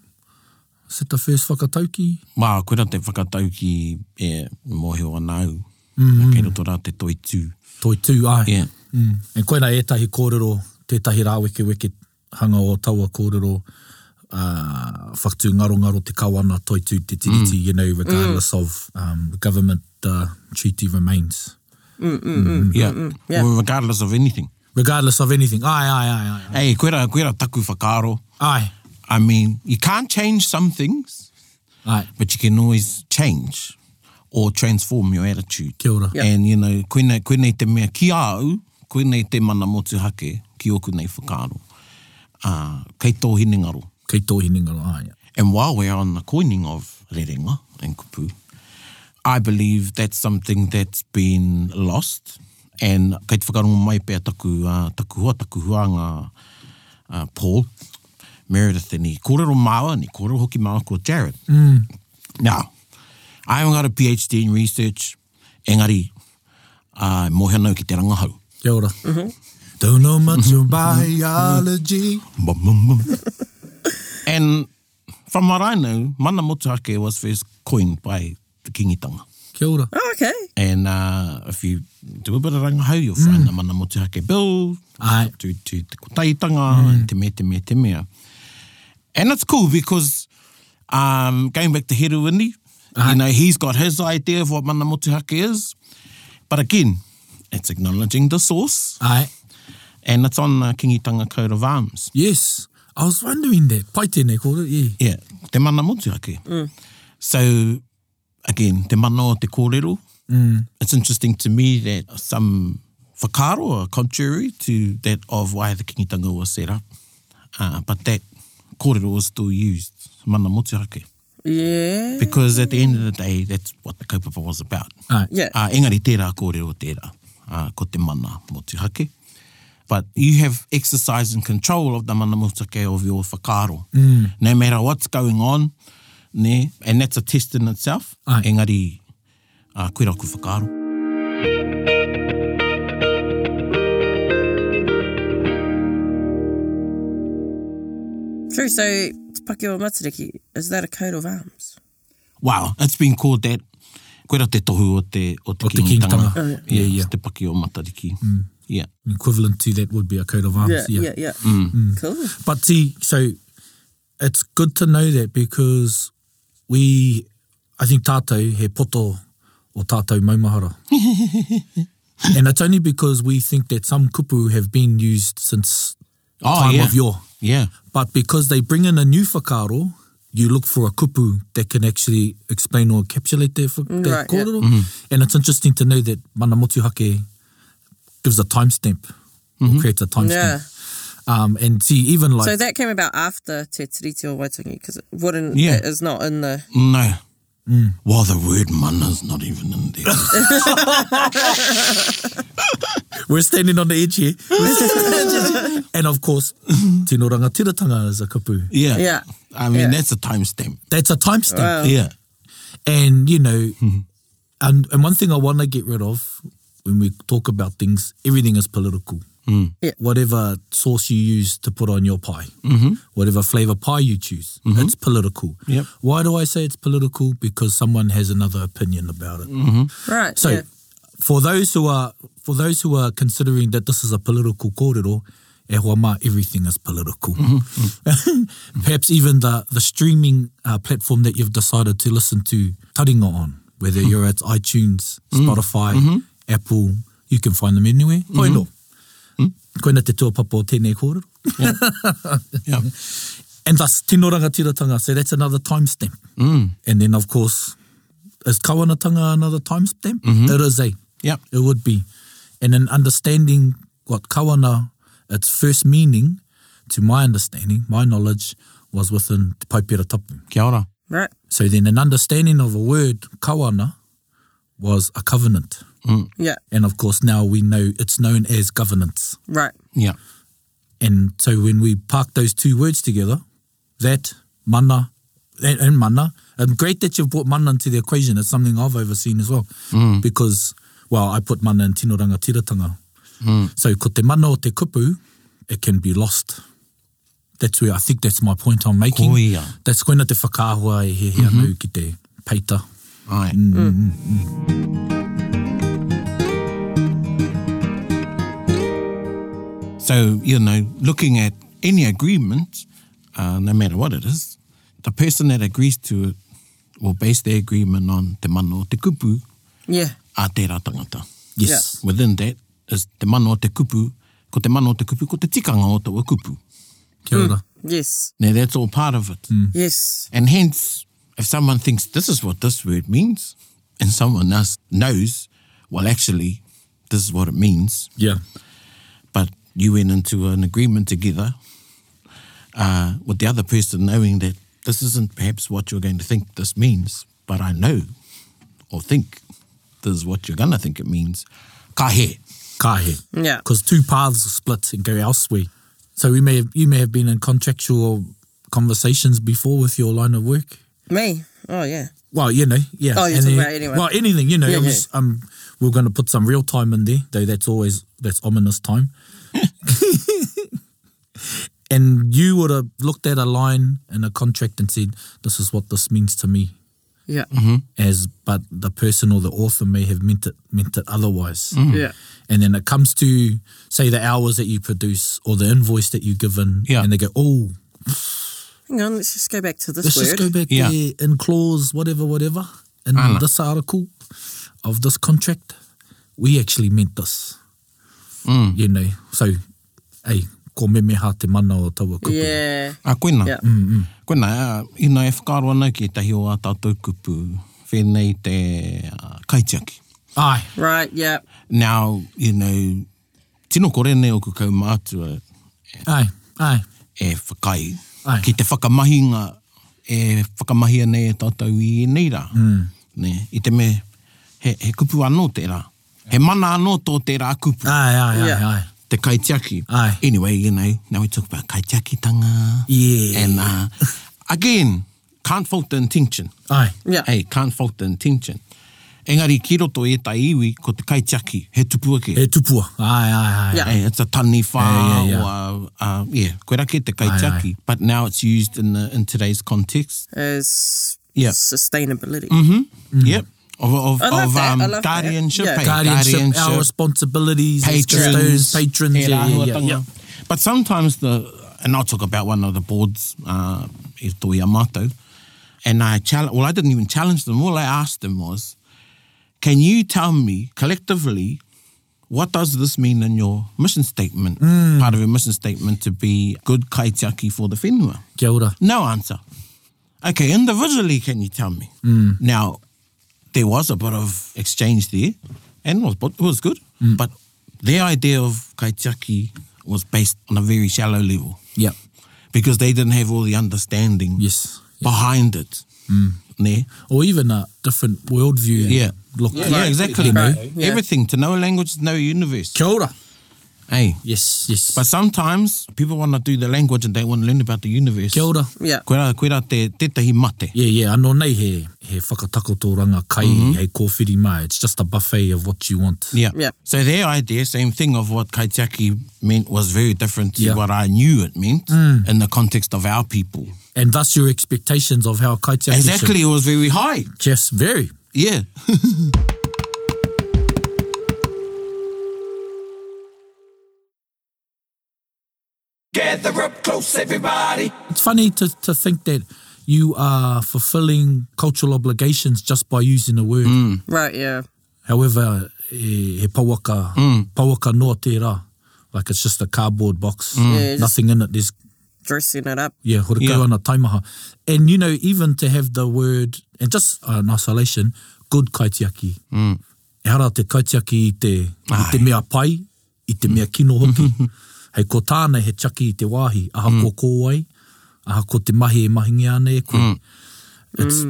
Speaker 5: Is it the first whakatauki?
Speaker 3: Mā, koe rā te whakatauki e mōhio anau. Mm. Kei roto rā te toi tū.
Speaker 5: Toi tū, ai.
Speaker 3: Yeah.
Speaker 5: Mm. And koina ētahi kōrero, tētahi rā weke weke hanga o taua kōrero, uh, whakatū ngarongaro te kawana toi tū te tiriti, you know, regardless of um, the government, the treaty remains.
Speaker 3: Yeah.
Speaker 4: yeah.
Speaker 3: Well, regardless of anything.
Speaker 5: Regardless of anything. Ai, ai, ai, ai.
Speaker 3: Hey, koe rā, koe rā taku whakaro.
Speaker 5: Ai,
Speaker 3: I mean, you can't change some things,
Speaker 5: ai.
Speaker 3: but you can always change or transform your attitude.
Speaker 5: Kia ora.
Speaker 4: Yeah.
Speaker 3: And, you know, koe nei, koe nei te mea ki au, koe nei te mana motu hake ki oku nei whakaro. Uh, kei tō hinengaro.
Speaker 5: Kei tōhi ningaro, ai.
Speaker 3: And while we're on the coining of rerenga and kupu, I believe that's something that's been lost. And kei te whakarongo mai pēr taku, uh, taku hua, taku huanga uh, Paul, Meredith, and ni kōrero māua, ni kōrero hoki māua ko Jared. Mm. Now, I haven't got a PhD in research, engari, uh, mohe anau ki te rangahau.
Speaker 5: Kia ora. Don't know much of biology.
Speaker 3: Bum, bum, bum. and from what I know, mana motuhake was first coined by the kingitanga.
Speaker 5: Kia ora.
Speaker 4: Oh, okay.
Speaker 3: And uh, if you do a bit of rangahau, you'll find the mana motuhake bill,
Speaker 5: Ai.
Speaker 3: to, to te kotaitanga, and te me, te me, te mea. And that's cool because um, going back to Heruini, you know, he's got his idea of what mana motuhake is. But again, it's acknowledging the source,
Speaker 5: Ai.
Speaker 3: and it's on uh, the Kingitanga coat of arms.
Speaker 5: Yes. I was wondering that. Pai tēnei e. kōrero, yeah.
Speaker 3: Yeah, te mana motu ake. So, again, te mana o te kōrero. Mm. It's interesting to me that some whakaro are contrary to that of why the kingitanga was set up. Uh, but that kōrero was still used, mana motu ake.
Speaker 4: Yeah.
Speaker 3: Because at the end of the day, that's what the kaupapa was about.
Speaker 5: Ai.
Speaker 4: Yeah.
Speaker 3: Uh, engari tērā kōrero tērā, uh, ko te mana motu hake. But you have exercise and control of the mana mutake of your whakaaro. Mm. No matter what's going on, ne, and that's a test in itself.
Speaker 5: Ai.
Speaker 3: Engari, uh, koe raku whakaaro.
Speaker 4: True, so Te Pakewa Matariki, is that a coat of arms?
Speaker 3: Wow, it's been called that. Koera te tohu o te, o te,
Speaker 5: O te
Speaker 3: kingitanga.
Speaker 4: Oh,
Speaker 5: kingitanga.
Speaker 3: Yeah,
Speaker 5: Yeah, yeah.
Speaker 3: Te paki o matariki. Mm. Yeah.
Speaker 5: Equivalent to that would be a coat of arms.
Speaker 4: Yeah, yeah, yeah. Cool.
Speaker 5: But see, so it's good to know that because we, I think tātou he poto o tātou maumahara. and it's only because we think that some kupu have been used since
Speaker 3: Oh,
Speaker 5: time
Speaker 3: yeah.
Speaker 5: of yore.
Speaker 3: Yeah.
Speaker 5: But because they bring in a new whakaro, you look for a kupu that can actually explain or encapsulate their, wha- their
Speaker 4: Right, yeah.
Speaker 5: kōrero. And it's interesting to know that mana motuhake gives a timestamp, or creates a
Speaker 4: Yeah.
Speaker 5: timestamp. Um, and see, even like...
Speaker 4: So that came about after Te Tiriti o Waitangi because it wouldn't,
Speaker 3: Yeah.
Speaker 4: it is not in the.
Speaker 3: No. Mm. Well, the word mana's not even in there.
Speaker 5: We're standing on the edge here. We're standing on the edge. and of course, Tino Rangatiratanga is a kapu.
Speaker 3: yeah.
Speaker 4: Yeah.
Speaker 3: I mean,
Speaker 4: Yeah. Oh.
Speaker 3: that's a timestamp.
Speaker 5: That's a timestamp.
Speaker 4: Wow.
Speaker 3: Yeah.
Speaker 5: And, you know, and, and one thing I want to get rid of when we talk about things, everything is political.
Speaker 4: Yeah.
Speaker 5: Whatever sauce you use to put on your pie, mm-hmm. whatever flavor pie you choose, it's political.
Speaker 3: Yep.
Speaker 5: Why do I say it's political? Because someone has another opinion about it.
Speaker 4: Right.
Speaker 5: So,
Speaker 4: yeah.
Speaker 5: for those who are for those who are considering that this is a political kōrero, e hoa mā, everything is political. Perhaps even the the streaming uh, platform that you've decided to listen to taringa on, whether you're at iTunes, Spotify, Apple, you can find them anywhere. Koino. Koina te tuapapa o tēnei kōrero.
Speaker 3: Yeah.
Speaker 5: And thus, tino rangatiratanga, so that's another timestamp. Mm. And then, of course, is kawanatanga another timestamp? It is a.
Speaker 3: Yep.
Speaker 5: It would be. And in understanding what kawana, its first meaning, to my understanding, my knowledge, was within te paipira tapu.
Speaker 3: Kia ora.
Speaker 4: Right.
Speaker 5: So then an understanding of a word, kawana, was a covenant.
Speaker 4: Yeah.
Speaker 5: And of course, now we know it's known as governance.
Speaker 4: Right.
Speaker 3: Yeah.
Speaker 5: And so when we park those two words together, that mana and, and mana, and great that you've brought mana into the equation. It's something I've overseen as well because, well, I put mana in tino rangatiratanga. So ko te mana o te kupu, it can be lost. That's where I think that's my point I'm making.
Speaker 3: Ko ia.
Speaker 5: That's koina te whakaahua e he hea nau ki te peita.
Speaker 3: Ai. So, you know, looking at any agreement, uh, no matter what it is, the person that agrees to it will base their agreement on te mana o te kupu
Speaker 4: Yeah.
Speaker 3: a tērā tangata.
Speaker 5: Yes.
Speaker 3: Within that is te mana o te kupu, ko te mana o te kupu, ko te tikanga o te kupu.
Speaker 5: Kia ora.
Speaker 4: Yes.
Speaker 3: Now, that's all part of it.
Speaker 4: Yes.
Speaker 3: And hence, if someone thinks this is what this word means, and someone else knows, well, actually, this is what it means,
Speaker 5: Yeah.
Speaker 3: but you went into an agreement together uh, with the other person knowing that this isn't perhaps what you're going to think this means, but I know or think this is what you're going to think it means. Ka he.
Speaker 5: Ka he.
Speaker 4: Yeah.
Speaker 5: because two paths split and go elsewhere. So we may have, you may have been in contractual conversations before with your line of work.
Speaker 4: Me. Oh, yeah.
Speaker 5: Well, you know, yeah.
Speaker 4: Oh, you're
Speaker 5: and
Speaker 4: talking
Speaker 5: then-
Speaker 4: about anyone.
Speaker 5: Well, anything, you know.
Speaker 4: Yeah,
Speaker 5: I'm just- um, we're going to put some real time in there, though. That's always that's ominous time. and you would have looked at a line in a contract and said, "This is what this means to me."
Speaker 4: Yeah.
Speaker 3: Mm-hmm.
Speaker 5: As but the person or the author may have meant it meant it otherwise.
Speaker 4: Yeah.
Speaker 5: and then it comes to say the hours that you produce or the invoice that you give in,
Speaker 3: Yeah.
Speaker 5: and they go, "Oh,
Speaker 4: Hang on, let's just go back to this
Speaker 5: let's
Speaker 4: word.
Speaker 5: just go back
Speaker 3: Yeah. Ah.
Speaker 5: there in clause whatever, whatever, in
Speaker 3: Ana.
Speaker 5: this article of this contract, we actually meant this."
Speaker 3: Mm.
Speaker 5: You know, so hey, ko me meha te mana o taua kupu.
Speaker 4: Yeah.
Speaker 3: A koina.
Speaker 4: Yeah.
Speaker 3: Mm, mm. Koina, uh, ina e whakaaro ana ki tahi o a tātou kupu, whenei te uh, kaitiaki.
Speaker 5: Ai,
Speaker 4: Right. Yeah.
Speaker 3: Now, you know, tino kore nei o kukau mātua
Speaker 5: ai, ai.
Speaker 3: e whakai.
Speaker 5: Ai.
Speaker 3: Ki te whakamahinga, e whakamahia nei e tātou i e nei rā.
Speaker 5: Hmm.
Speaker 3: Mm. Ne, I te me, he, he kupu anō tērā. He mana anō tō tērā kupu.
Speaker 5: Ai, ai, ai,
Speaker 4: Yeah.
Speaker 5: ai.
Speaker 3: te kaitiaki.
Speaker 5: Ai.
Speaker 3: Anyway, you know, now we talk about kaitiakitanga.
Speaker 5: Yeah.
Speaker 3: And uh, again, can't fault the intention.
Speaker 5: Ai.
Speaker 4: Yeah.
Speaker 3: Hey, can't fault the intention. Engari, ki roto e tai iwi ko te kaitiaki, he tupu ake.
Speaker 5: E tupua. Ai, ai, ai.
Speaker 4: Yeah.
Speaker 3: Hey, it's a tani whā
Speaker 5: Yeah,
Speaker 3: yeah,
Speaker 5: yeah,
Speaker 3: or, uh, yeah, koe rake te kaitiaki. But now it's used in, the, in today's context.
Speaker 4: As
Speaker 3: Yeah. Mm-hmm.
Speaker 4: sustainability.
Speaker 3: Yep. Of, of,
Speaker 4: Mm. I love
Speaker 3: of
Speaker 4: that, I
Speaker 3: um,
Speaker 4: love that.
Speaker 3: guardianship.
Speaker 4: Yeah.
Speaker 3: Hey,
Speaker 5: Guardianship, our responsibilities, as custodians,
Speaker 3: patrons,
Speaker 5: patrons.
Speaker 3: e
Speaker 5: Yeah, yeah, yeah.
Speaker 3: rahuatanga.
Speaker 5: yeah.
Speaker 3: But sometimes the, and I'll talk about one of the boards, uh, e Toi Amato, and I challenge, well, I didn't even challenge them. All I asked them was, can you tell me collectively, what does this mean in your mission statement?
Speaker 5: Hmm.
Speaker 3: Part of your mission statement to be good kaitiaki for the whenua.
Speaker 5: Kia ora.
Speaker 3: No answer. Okay, individually, can you tell me?
Speaker 5: Hmm.
Speaker 3: Now, there was a bit of exchange there, and it was, it was good,
Speaker 5: Hmm.
Speaker 3: but their idea of kaitiaki was based on a very shallow level
Speaker 5: Yeah.
Speaker 3: because they didn't have all the understanding
Speaker 5: Yes. Hmm.
Speaker 3: behind it. Ne?
Speaker 5: Or even a different worldview.
Speaker 3: Yeah.
Speaker 5: Look.
Speaker 3: Yeah, exactly.
Speaker 5: You know.
Speaker 4: Yeah.
Speaker 3: Everything to know a language is know a universe.
Speaker 5: Kia ora.
Speaker 3: Hey.
Speaker 5: Yes, yes.
Speaker 3: But sometimes people want to do the language and they want to learn about the universe.
Speaker 5: Kia ora.
Speaker 4: Yeah.
Speaker 3: Koe ra, koe ra te tetahi mate.
Speaker 5: Yeah, yeah, anō nei he, he whakatakotoranga kai, mm-hmm. hei kōwhiri mai. It's just a buffet of what you want.
Speaker 3: Yeah.
Speaker 4: Yeah.
Speaker 3: So their idea, same thing of what kaitiaki meant was very different to
Speaker 5: Yeah.
Speaker 3: what I knew it meant in the context of our people.
Speaker 5: And thus your expectations of how kaitiaki
Speaker 3: Exactly,
Speaker 5: should.
Speaker 3: it was very high.
Speaker 5: Yes, very.
Speaker 3: Yeah.
Speaker 2: Gather up close, everybody.
Speaker 5: It's funny to, to think that you are fulfilling cultural obligations just by using a word.
Speaker 3: Mm.
Speaker 4: Right, yeah.
Speaker 5: However, he, he pawaka, mm. pawaka noa tērā. Like it's just a cardboard box,
Speaker 3: Mm.
Speaker 4: Yeah, just-
Speaker 5: nothing in it. There's
Speaker 4: Dressing it up.
Speaker 5: Yeah, horekau
Speaker 3: Yeah.
Speaker 5: yeah. ana taimaha. And you know, even to have the word, and just uh, in isolation, good kaitiaki. Mm. E hara te kaitiaki i te, i te
Speaker 3: Ai.
Speaker 5: mea pai, i te mea kino hoki. Hei ko tānei he chaki i te wāhi, aha mm. ko kō ai, aha ko te mahi e mahingi ane e koe. It's,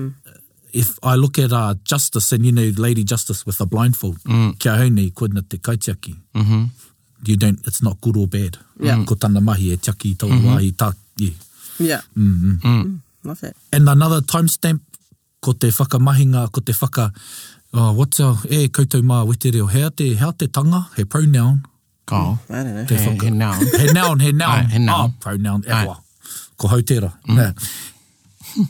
Speaker 5: If I look at uh, Justice and, you know, Lady Justice with a blindfold, mm. kia haunei, koe na te kaitiaki. Mm-hmm. You don't, it's not good or bad.
Speaker 4: Yeah.
Speaker 5: Ko tāna mahi e chaki i tau mm-hmm. wāhi, tā, yeah.
Speaker 4: Yeah. Mm-hmm.
Speaker 3: Mm.
Speaker 4: Love it.
Speaker 5: and another timestamp ko te whakamahinga, ko te whaka, oh, what's our, e koutou mā wete reo, hea te, hea te tanga, he pronoun,
Speaker 3: Carl.
Speaker 4: I don't know.
Speaker 5: te
Speaker 3: He-
Speaker 5: whaka,
Speaker 3: he noun.
Speaker 5: he noun, he noun,
Speaker 3: Ai, he noun.
Speaker 5: Ah, pronoun, e
Speaker 3: Ai.
Speaker 5: wā, ko hautera, mm. nea.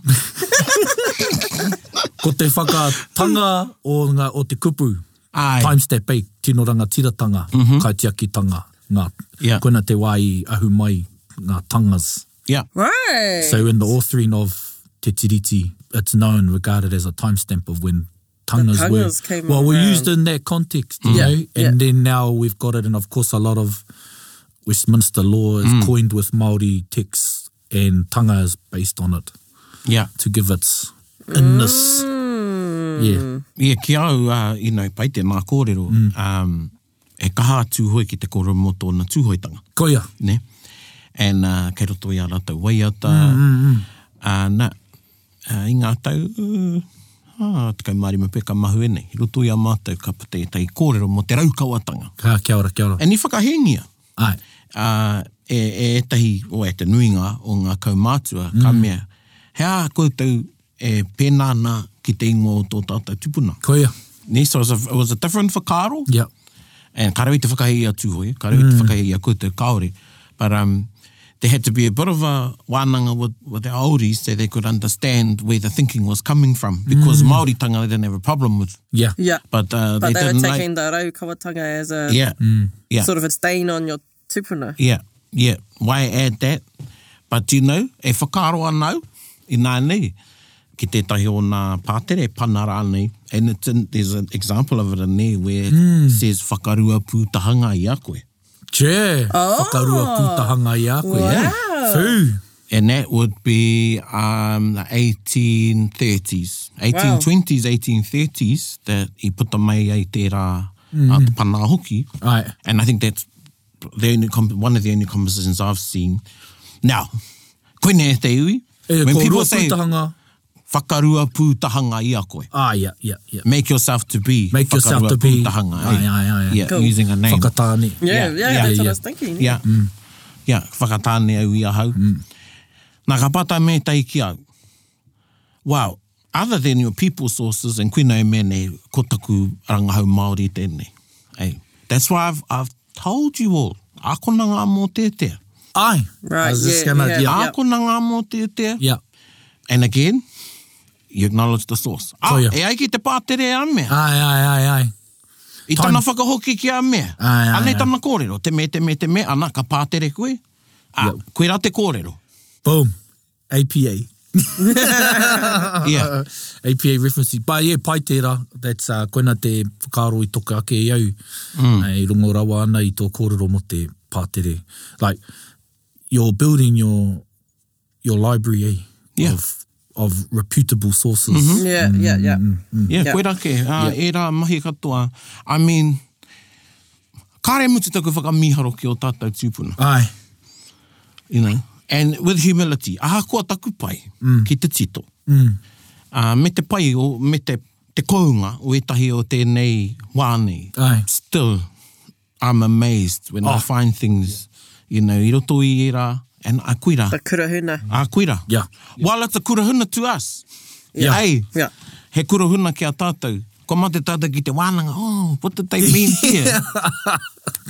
Speaker 5: ko te whakatanga o, ngā, o te kupu,
Speaker 3: Ai.
Speaker 5: timestamp ei, tino ranga tiratanga, mm -hmm. kaitiakitanga, ngā,
Speaker 3: Mhm. Yeah.
Speaker 5: koina te wā i ahu mai, ngā tangas.
Speaker 3: Yeah.
Speaker 4: Right.
Speaker 5: So in the authoring of Te Tiriti, it's known, regarded as a timestamp of when tangas,
Speaker 4: The tangas
Speaker 5: were,
Speaker 4: came
Speaker 5: well, were
Speaker 4: around.
Speaker 5: used in that context, you
Speaker 4: Yeah,
Speaker 5: know, and
Speaker 4: yeah.
Speaker 5: then now we've got it, and of course a lot of Westminster law is
Speaker 3: Hmm.
Speaker 5: coined with Maori texts, and tanga is based on it
Speaker 3: Yeah.
Speaker 5: to give its inness.
Speaker 4: Mm.
Speaker 5: Yeah,
Speaker 3: Yeah, ki au, uh, you know, pai te mā kōrero, um, e kaha tūhoi ki te koromoto na tūhoitanga.
Speaker 5: koia.
Speaker 3: ne? And uh, kei roto i a rātou waiata. Mm, mm, mm. Uh, nā, uh, i ngā tau, uh, ah, te kaumāori me peka mahu e nei. I roto i a mātou ka pate e tei kōrero mo te raukauatanga.
Speaker 5: Ka, kia ora, kia ora.
Speaker 3: E ni whakahengia.
Speaker 5: Ai,
Speaker 3: Uh, e, e etahi o e te nuinga o ngā kaumātua, mm. ka mea. Hea koutou e pēnāna ki te ingoa o tō tātou tupuna.
Speaker 5: koia.
Speaker 3: Ne, so it was a, it was a different whakaro.
Speaker 5: Yeah,
Speaker 3: And karewi Eh, te whakahei a tūhoe, karewi te whakahei a koutou kaore. But um, there had to be a bit of a wānanga with, with the Māoris so they could understand where the thinking was coming from. Because Māori tanga they didn't have a problem with.
Speaker 5: yeah.
Speaker 4: yeah.
Speaker 3: But, uh, they,
Speaker 4: But they, were
Speaker 3: didn't like...
Speaker 4: taking the raukawatanga as a
Speaker 3: Yeah, yeah,
Speaker 4: sort of a stain on your tupuna.
Speaker 3: yeah, yeah. Why add that? But you know, e whakaro anau, i nā nei. Ki tētahi o nā pātere, e panara nei. And it's in, there's an example of it in there where it says whakarua pūtahanga i a koe.
Speaker 5: Yeah, oh. whakarua pūtahanga i a koe.
Speaker 4: Wow.
Speaker 5: Fū.
Speaker 3: and that would be um, the 1830s, 1820s, 1830s that he put the mai ai te rā
Speaker 5: Mm.
Speaker 3: uh, te panā hoki.
Speaker 5: Ai,
Speaker 3: And I think that's the only com- one of the only compositions I've seen. Now, koine e te iwi.
Speaker 5: e
Speaker 3: when people
Speaker 5: kōrua
Speaker 3: say
Speaker 5: pūtahanga.
Speaker 3: Whakarua pūtahanga i a koe.
Speaker 5: Ah, yeah, yeah, yeah.
Speaker 3: Make yourself to be.
Speaker 5: Make yourself
Speaker 3: whakarua
Speaker 5: to be-
Speaker 3: Pūtahanga,
Speaker 5: Ai,
Speaker 3: eh?
Speaker 5: ai, ai, ai.
Speaker 3: Yeah,
Speaker 4: Cool.
Speaker 3: using a name.
Speaker 5: Whakatāne.
Speaker 4: Yeah, yeah,
Speaker 3: Yeah,
Speaker 5: yeah,
Speaker 4: that's what
Speaker 5: yeah.
Speaker 4: I was thinking.
Speaker 3: Yeah.
Speaker 5: Mm.
Speaker 3: Yeah, whakatāne au i ahau. Nā ka pata me tai ki au. Wow, other than your people sources, and kuino mene ko taku rangahau Māori tēnei. Hey, that's why I've, I've told you all. Ākona ngā mō tētea.
Speaker 5: Ai.
Speaker 4: Right,
Speaker 5: I was just
Speaker 4: yeah,
Speaker 5: gonna,
Speaker 4: yeah.
Speaker 5: yeah.
Speaker 4: Yep.
Speaker 3: Ākona ngā mō tētea.
Speaker 5: Yeah.
Speaker 3: And again, you acknowledge the source. Ah,
Speaker 5: Oh, yeah.
Speaker 3: e ai ki te pātere a mea.
Speaker 5: Ai, ai, ai, ai.
Speaker 3: I
Speaker 5: Time-
Speaker 3: tana
Speaker 5: Ah,
Speaker 3: whakahoki ki a mea.
Speaker 5: Ai, ai,
Speaker 3: Anei
Speaker 5: ai.
Speaker 3: tana kōrero. Te me, te me, te me, ana ka pātere koe. Ah,
Speaker 5: Yep.
Speaker 3: koe rā te kōrero.
Speaker 5: Boom. APA. Ah,
Speaker 3: Yeah.
Speaker 5: APA references. But yeah, Paitera, e, that's uh, koina te whakaro i toka ake i au, mm. e, i rongo rawa ana i tō kōrero mo te pātere. Like, you're building your your library eh,
Speaker 3: Yeah.
Speaker 5: of, of reputable sources. Mm-hmm.
Speaker 4: Yeah, yeah, yeah.
Speaker 3: Yeah,
Speaker 4: Yeah.
Speaker 3: koe rake. Uh, E rā mahi katoa. I mean, kāre mutu taku whakamiharo ki o tātou tūpuna.
Speaker 5: Ai,
Speaker 3: You know? And with humility, ahakoa taku pai mm. ki te tito. Mm. Uh, me te pai, o, me te, te kounga o etahi o tēnei wānei.
Speaker 5: ai.
Speaker 3: still I'm amazed when I
Speaker 5: Oh.
Speaker 3: find things, you know, i roto i e rā, and a kuira.
Speaker 4: The kurahuna.
Speaker 3: A kuira.
Speaker 5: Yeah.
Speaker 3: While it's a kurahuna to us.
Speaker 5: Yeah.
Speaker 3: Hey,
Speaker 4: Yeah.
Speaker 3: he kurahuna ki a tātou. Ko mate tātou ki te wānanga, oh, what did they mean here?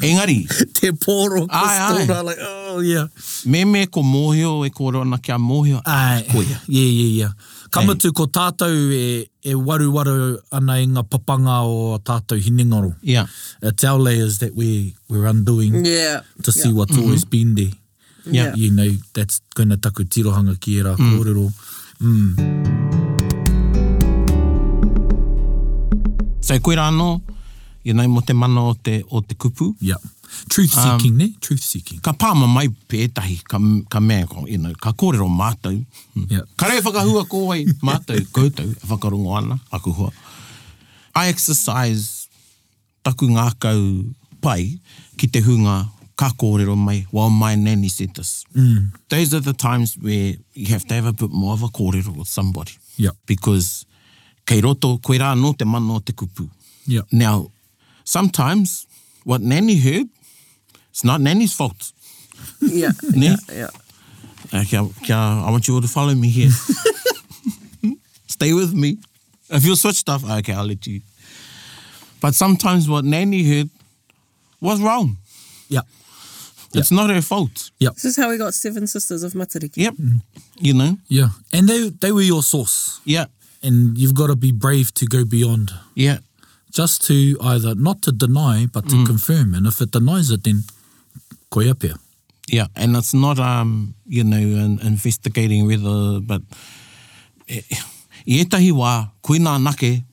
Speaker 3: Engari,
Speaker 5: Te pōro ko
Speaker 3: Ai, ai.
Speaker 5: stora, like, oh, yeah.
Speaker 3: me me ko mōhio e korona ki a mōhio.
Speaker 5: Ai, yeah, yeah, yeah. Kamatu ko tātou e, e waru waru ana i ngā papanga o tātou hinengaro.
Speaker 3: Yeah.
Speaker 5: It's our layers that we, we're undoing.
Speaker 4: Yeah.
Speaker 5: to see what's always been there.
Speaker 3: Mm-hmm. Yeah. Mm.
Speaker 5: You know, that's going to taku tirohanga ki e rā kōrero.
Speaker 3: So kuira anō, you know, mo te mana o te, o te kupu.
Speaker 5: Yeah. Truth
Speaker 3: Um,
Speaker 5: seeking, ne? Truth seeking.
Speaker 3: Ka pāma mai pētahi ka, ka mea, ko, you know, ka kōrero mātou. Mm.
Speaker 5: Yeah.
Speaker 3: Ka rei whakahua ko ai mātou koutou, e whakarongo ana, aku hoa. I exercise taku ngā kau pai ki te hunga ka kōrero mai while my nanny said this. Mm. Those are the times where you have to have a bit more of a kōrero with somebody.
Speaker 5: Yeah.
Speaker 3: Because kei roto, koe rā no te mano o te kupu.
Speaker 5: Yeah.
Speaker 3: Now, sometimes what nanny heard, it's not nanny's fault.
Speaker 4: Yeah.
Speaker 3: Ne?
Speaker 4: Yeah.
Speaker 3: Uh, kia, kia, I want you all to follow me here. Stay with me. If you switch stuff, okay, I'll let you. But sometimes what Nanny heard was wrong.
Speaker 5: Yeah.
Speaker 3: It's not her fault.
Speaker 4: This is how we got Seven Sisters of Matariki.
Speaker 3: Yep. You know?
Speaker 5: Yeah. And they, they were your source.
Speaker 3: Yeah.
Speaker 5: And you've got to be brave to go beyond.
Speaker 3: Yeah.
Speaker 5: Just to either not to deny, but to confirm. And if it denies it, then koia pia.
Speaker 3: Yeah. And it's not, um, you know, an investigating whether, but. E, i etahi wā, koe nā nake,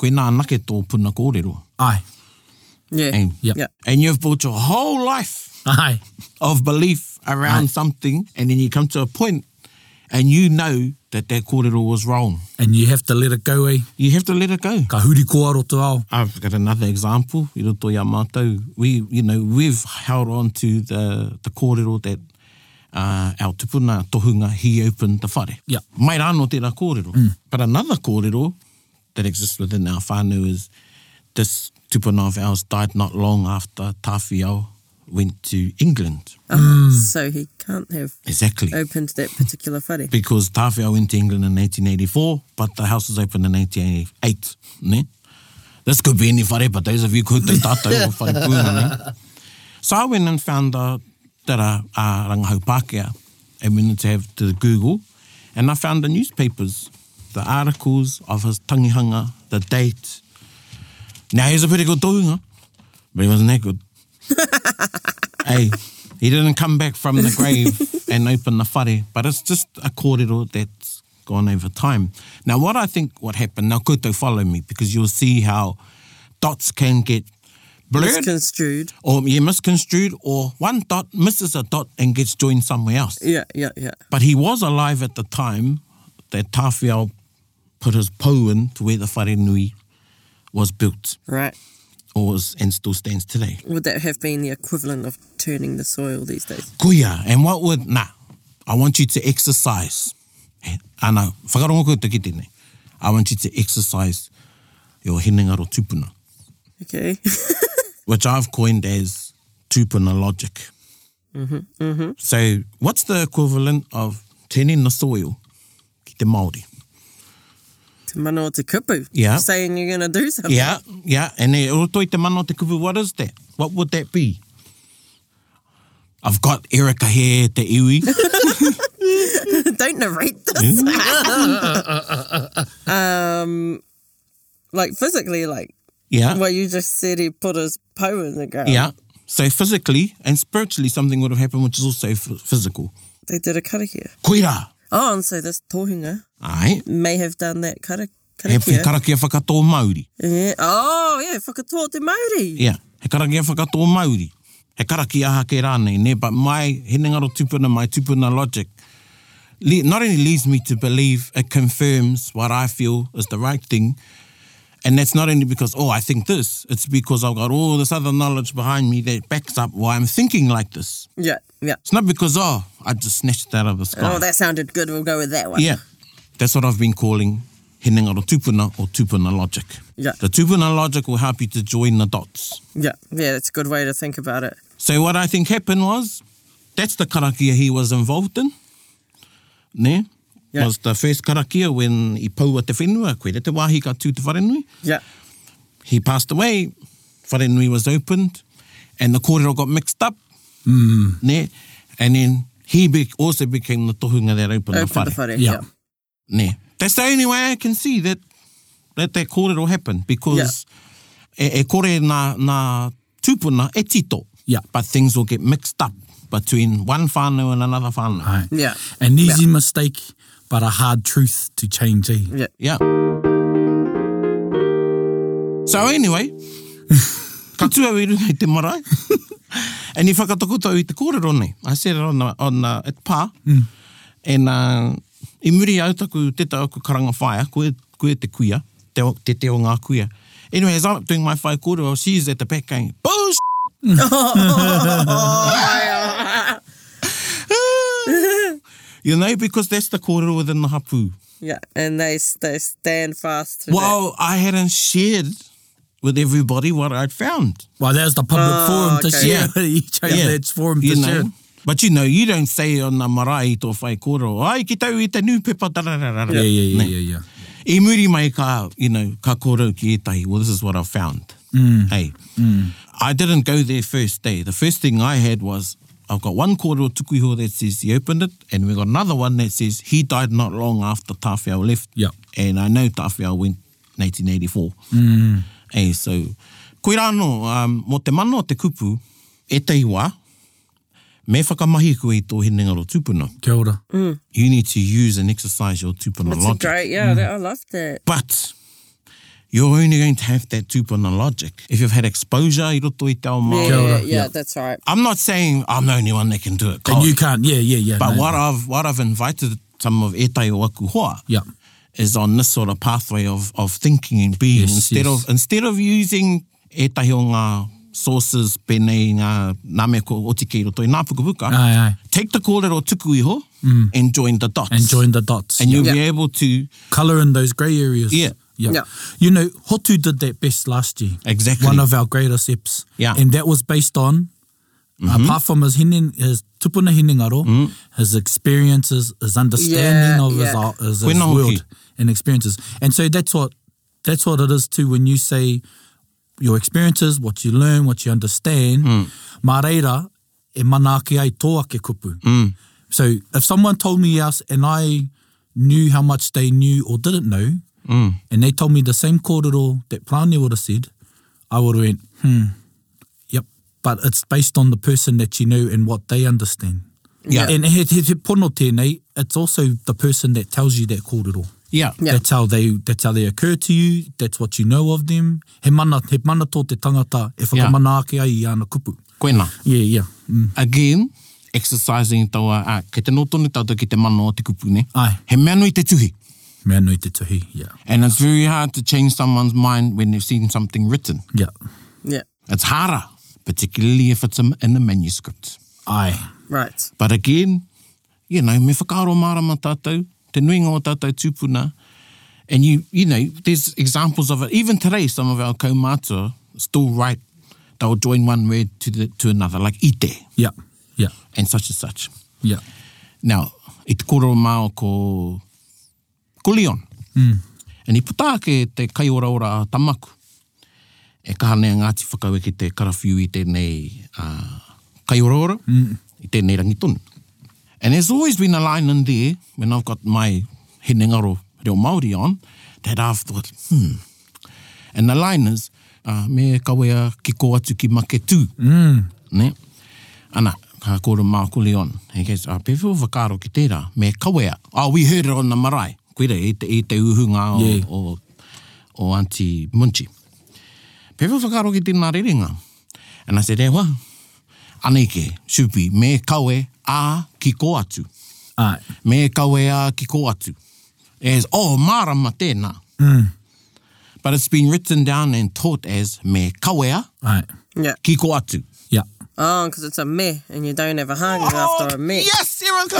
Speaker 3: koe nā nake tō puna kōrero.
Speaker 5: Ai.
Speaker 4: Yeah.
Speaker 3: And,
Speaker 5: Yeah.
Speaker 4: Yeah.
Speaker 3: and you've built your whole life
Speaker 5: Ai.
Speaker 3: of belief around something, and then you come to a point and you know that that kōrero was wrong.
Speaker 5: And you have to let it go, eh?
Speaker 3: You have to let it go.
Speaker 5: Ka huri ko aro te ao.
Speaker 3: I've got another example. I roto i a mātou. We, you know, we've held on to the, the kōrero that uh, our tupuna tohunga, he opened the whare.
Speaker 5: Yeah.
Speaker 3: Mai rāno tērā kōrero. Mm. But another kōrero that exists within our whānau is this tupuna of ours died not long after Tawhiao went to England.
Speaker 4: Oh, So he can't have
Speaker 3: Exactly.
Speaker 4: opened that particular whare.
Speaker 3: because Tawhia went to England in 1884, but the house was opened in 1888. Ne? This could be any whare, but those of you who koutou tātou o whare pūna. Ne? So I went and found out that uh, uh, Rangahau Pākehā, and went to have to Google, and I found the newspapers, the articles of his tangihanga, the date. Now he's a pretty good tohunga, but he wasn't that good. hey, he didn't come back from the grave and open the whare, but it's just a kōrero that's gone over time. Now, what I think what happened, now koutou follow me, because you'll see how dots can get blurred
Speaker 4: Misconstrued.
Speaker 3: or yeah, misconstrued or one dot misses a dot and gets joined somewhere else.
Speaker 4: Yeah, yeah, yeah.
Speaker 3: But he was alive at the time that Tawhiao put his pō in to where the whare nui was built
Speaker 4: Right.
Speaker 3: or is, and still stands today.
Speaker 4: Would that have been the equivalent of turning the soil these days?
Speaker 3: Kuya, and what would nah? I want you to exercise Eh, He, ana, whakarongo koutou ki tēnei. I want you to exercise your hinengaro tupuna,
Speaker 4: Okay.
Speaker 3: which I've coined as tupuna logic. Mm-hmm, mm-hmm. So, what's the equivalent of turning the soil ki te Māori?
Speaker 4: Te mana o te kupu.
Speaker 3: Yeah.
Speaker 4: Saying you're going to do something.
Speaker 3: Yeah, yeah. And e oro toi te mana o te kupu, what is that? What would that be? I've got Erica here, te iwi.
Speaker 4: Don't narrate this.
Speaker 3: Mm.
Speaker 4: um, like physically, like
Speaker 3: Yeah.
Speaker 4: well, you just said he put his poo in the ground.
Speaker 3: Ah. Yeah. So physically and spiritually, something would have happened, which is also f- physical.
Speaker 4: They did a karakia.
Speaker 3: Koira.
Speaker 4: Oh, and so this tohunga
Speaker 3: Ai.
Speaker 4: may have done that kara,
Speaker 3: He, he
Speaker 4: karakia.
Speaker 3: karakia whakatō Māori.
Speaker 4: yeah. Oh, yeah, whakatoa te Māori.
Speaker 3: Yeah. He karakia whakatō Māori. He karakia aha ke rānei, ne? But my hinengaro tupuna, my tupuna logic, le- not only leads me to believe, it confirms what I feel is the right thing. And that's not only because, oh, I think this. It's because I've got all this other knowledge behind me that backs up why I'm thinking like this.
Speaker 4: Yeah, yeah.
Speaker 3: It's not because, oh, I just snatched that out of the sky.
Speaker 4: Oh, that sounded good. We'll go with that one.
Speaker 3: Yeah, that's what I've been calling hinengaro tupuna or tupuna logic.
Speaker 4: Yeah.
Speaker 3: The tupuna logic will help you to join the dots.
Speaker 4: Yeah, yeah, that's a good way to think about it.
Speaker 3: So what I think happened was, that's the karakia he was involved in. Ne?
Speaker 4: Yeah.
Speaker 3: Was the first karakia when i paua te whenua, koe re te wāhi ka tū te wharenui.
Speaker 4: Yeah,
Speaker 3: He passed away, wharenui was opened, and the kōrero got mixed up.
Speaker 4: Hmm.
Speaker 3: Mm. Ne? And then he be- also became the tohunga that opened,
Speaker 4: open
Speaker 3: the whare.
Speaker 4: Oh, the whare.
Speaker 5: Yeah.
Speaker 4: Yeah.
Speaker 3: Yeah. That's the only way I can see that that, that kōrero happened because yeah. e, e kore nā, nā tūpuna e tito.
Speaker 5: Yeah.
Speaker 3: But things will get mixed up between one whānau and another whānau.
Speaker 5: Aye.
Speaker 4: Yeah.
Speaker 5: An easy mistake, but a hard truth to change, eh?
Speaker 4: Yeah.
Speaker 3: Yeah. So anyway, ka tuawiru nei te marae. and i whakatokotau i te kōrero nei. I said it on, the, on the, at pā. Mm. And uh, i muri au taku te tau aku karanga whaia, koe, koe te kuia, te, o- te teo ngā kuia. Anyway, as I'm doing my whai kōrero, she's at the back going, Bullsh! you know, because that's the kōrero within the hapū.
Speaker 4: Yeah, and they they stand fast. To that.
Speaker 3: Well, I hadn't shared with everybody what I'd found.
Speaker 5: Well, there's the public
Speaker 4: Oh,
Speaker 5: forum to
Speaker 4: okay.
Speaker 5: share. you chose
Speaker 3: Yeah.
Speaker 5: that forum to
Speaker 3: you
Speaker 5: share.
Speaker 3: know. But you know, you don't say on the marae i tō whai kōrero, ai ki tau i te nūpepa tarararara.
Speaker 5: Yeah, yeah, yeah,
Speaker 3: Ne.
Speaker 5: yeah, yeah.
Speaker 3: I muri mai ka, you know, ka kōrero ki etahi, well, this is what I found. Hey. I didn't go there first day. The first thing I had was, I've got one kōrero tukuiho that says he opened it, and we've got another one that says he died not long after Tawhiao left.
Speaker 5: Yeah.
Speaker 3: And I know Tawhiao went 1984. Hey, so, koe rāno, um, mō te mana o te kupu, e te iwa, me whakamahi koe i tō hinengaro tūpuna.
Speaker 5: Kia ora.
Speaker 3: You need to use and exercise your tūpuna
Speaker 4: That's a
Speaker 3: logic.
Speaker 4: great. Yeah, that, I love that.
Speaker 3: But you're only going to have that tūpuna logic if you've had exposure i roto i te ao
Speaker 4: Yeah,
Speaker 3: Māori.
Speaker 5: Kia
Speaker 4: yeah,
Speaker 5: ora,
Speaker 4: yeah,
Speaker 5: yeah.
Speaker 4: that's right.
Speaker 3: I'm not saying I'm the only one that can do it,
Speaker 5: And
Speaker 3: Colin.
Speaker 5: you can't, yeah, yeah, yeah.
Speaker 3: but
Speaker 5: no.
Speaker 3: what I've what I've invited some of e tai o aku hoa
Speaker 5: Yeah.
Speaker 3: is on this sort of pathway of, of thinking and being
Speaker 5: Yes,
Speaker 3: instead
Speaker 5: yes.
Speaker 3: of instead of using e tai o ngā sources pēnei ngā name ko o tiki i roto i ngā pukapuka,
Speaker 5: Aye, aye.
Speaker 3: take the kōrero tuku iho and join the dots.
Speaker 5: Mm. And join the dots.
Speaker 3: and you'll
Speaker 4: Yeah.
Speaker 3: be able to
Speaker 5: Colour in those grey areas.
Speaker 3: Yeah.
Speaker 5: Yeah.
Speaker 4: Yeah.
Speaker 5: You know, Hotu did that best last year.
Speaker 3: Exactly.
Speaker 5: One of our greatest eps.
Speaker 3: Yeah. Mm-hmm.
Speaker 5: And that was based on, apart from his, hinen, his tupuna hinengaro, his experiences, his understanding
Speaker 4: Yeah,
Speaker 5: of his,
Speaker 4: yeah.
Speaker 5: uh, his, his
Speaker 3: Koe nā hoki.
Speaker 5: world and experiences. And so that's what that's what it is too when you say your experiences, what you learn, what you understand. Mā reira, e mana ake ai tō ake kupu. So if someone told me else and I knew how much they knew or didn't know, and they told me the same kōrero that Plani would have said, I would have went, hmm, yep. But it's based on the person that you know and what they understand.
Speaker 3: Yeah.
Speaker 5: And he, he, he pono tēnei, it's also the person that tells you that kōrero.
Speaker 3: yeah.
Speaker 4: Yeah.
Speaker 5: That's how they that's how they occur to you. That's what you know of them. He mana, he mana tō te tangata e whakamana ake ai i ana kupu.
Speaker 3: Koena.
Speaker 5: Yeah, yeah. Mm.
Speaker 3: again, exercising taua, a, ke te notone tauta ki te mana o te kupune,
Speaker 5: Ai.
Speaker 3: he manui te tuhi.
Speaker 5: Mea nui te tuhi, yeah.
Speaker 3: And it's very hard to change someone's mind when they've seen something written.
Speaker 5: Yeah.
Speaker 4: Yeah,
Speaker 3: It's harder, particularly if it's in in a manuscript.
Speaker 5: Ai.
Speaker 4: right.
Speaker 3: But again, you know, me whakaaro marama tātou, te nuinga o tātou tūpuna, and you, you know, there's examples of it. Even today, some of our kaumata still write, they'll join one word to, the, to another, like ite,
Speaker 5: Yeah, yeah,
Speaker 3: and such and such.
Speaker 5: yeah.
Speaker 3: Now, i te koro mao ko, ko Leon. Mm. And i puta ake te kai ora ora a tamaku. E kaha nea Ngāti whakau ki te karafiu i tēnei uh, kai ora ora, mm. i tēnei rangitonu. And there's always been a line in there, when I've got my he ngaro reo Māori on, that I've thought, hmm. And the line is, uh, me kawea ki ko atu ki make tū. Mm. Ne? Ana, ka kōra mā kule on. He goes, ah, pewhiu whakaro ki tērā, me kawea. Ah, we heard it on the marae. Koera, e te, e te uhunga o,
Speaker 5: Yeah.
Speaker 3: o, o Auntie Munchi. Pewhiu whakaro ki tēnā rerenga. And I said, e wā, aneke, supi, me kawe a ki ko atu.
Speaker 5: All right.
Speaker 3: Me kawe a ki ko atu. As, oh, mārama tēnā. Mm. But it's been written down and taught as me kawea
Speaker 5: All right.
Speaker 4: Yeah.
Speaker 3: ki ko atu.
Speaker 5: Yeah.
Speaker 4: Oh, because it's a me and you don't have a hangi after a me.
Speaker 3: Oh, Yes, Erica.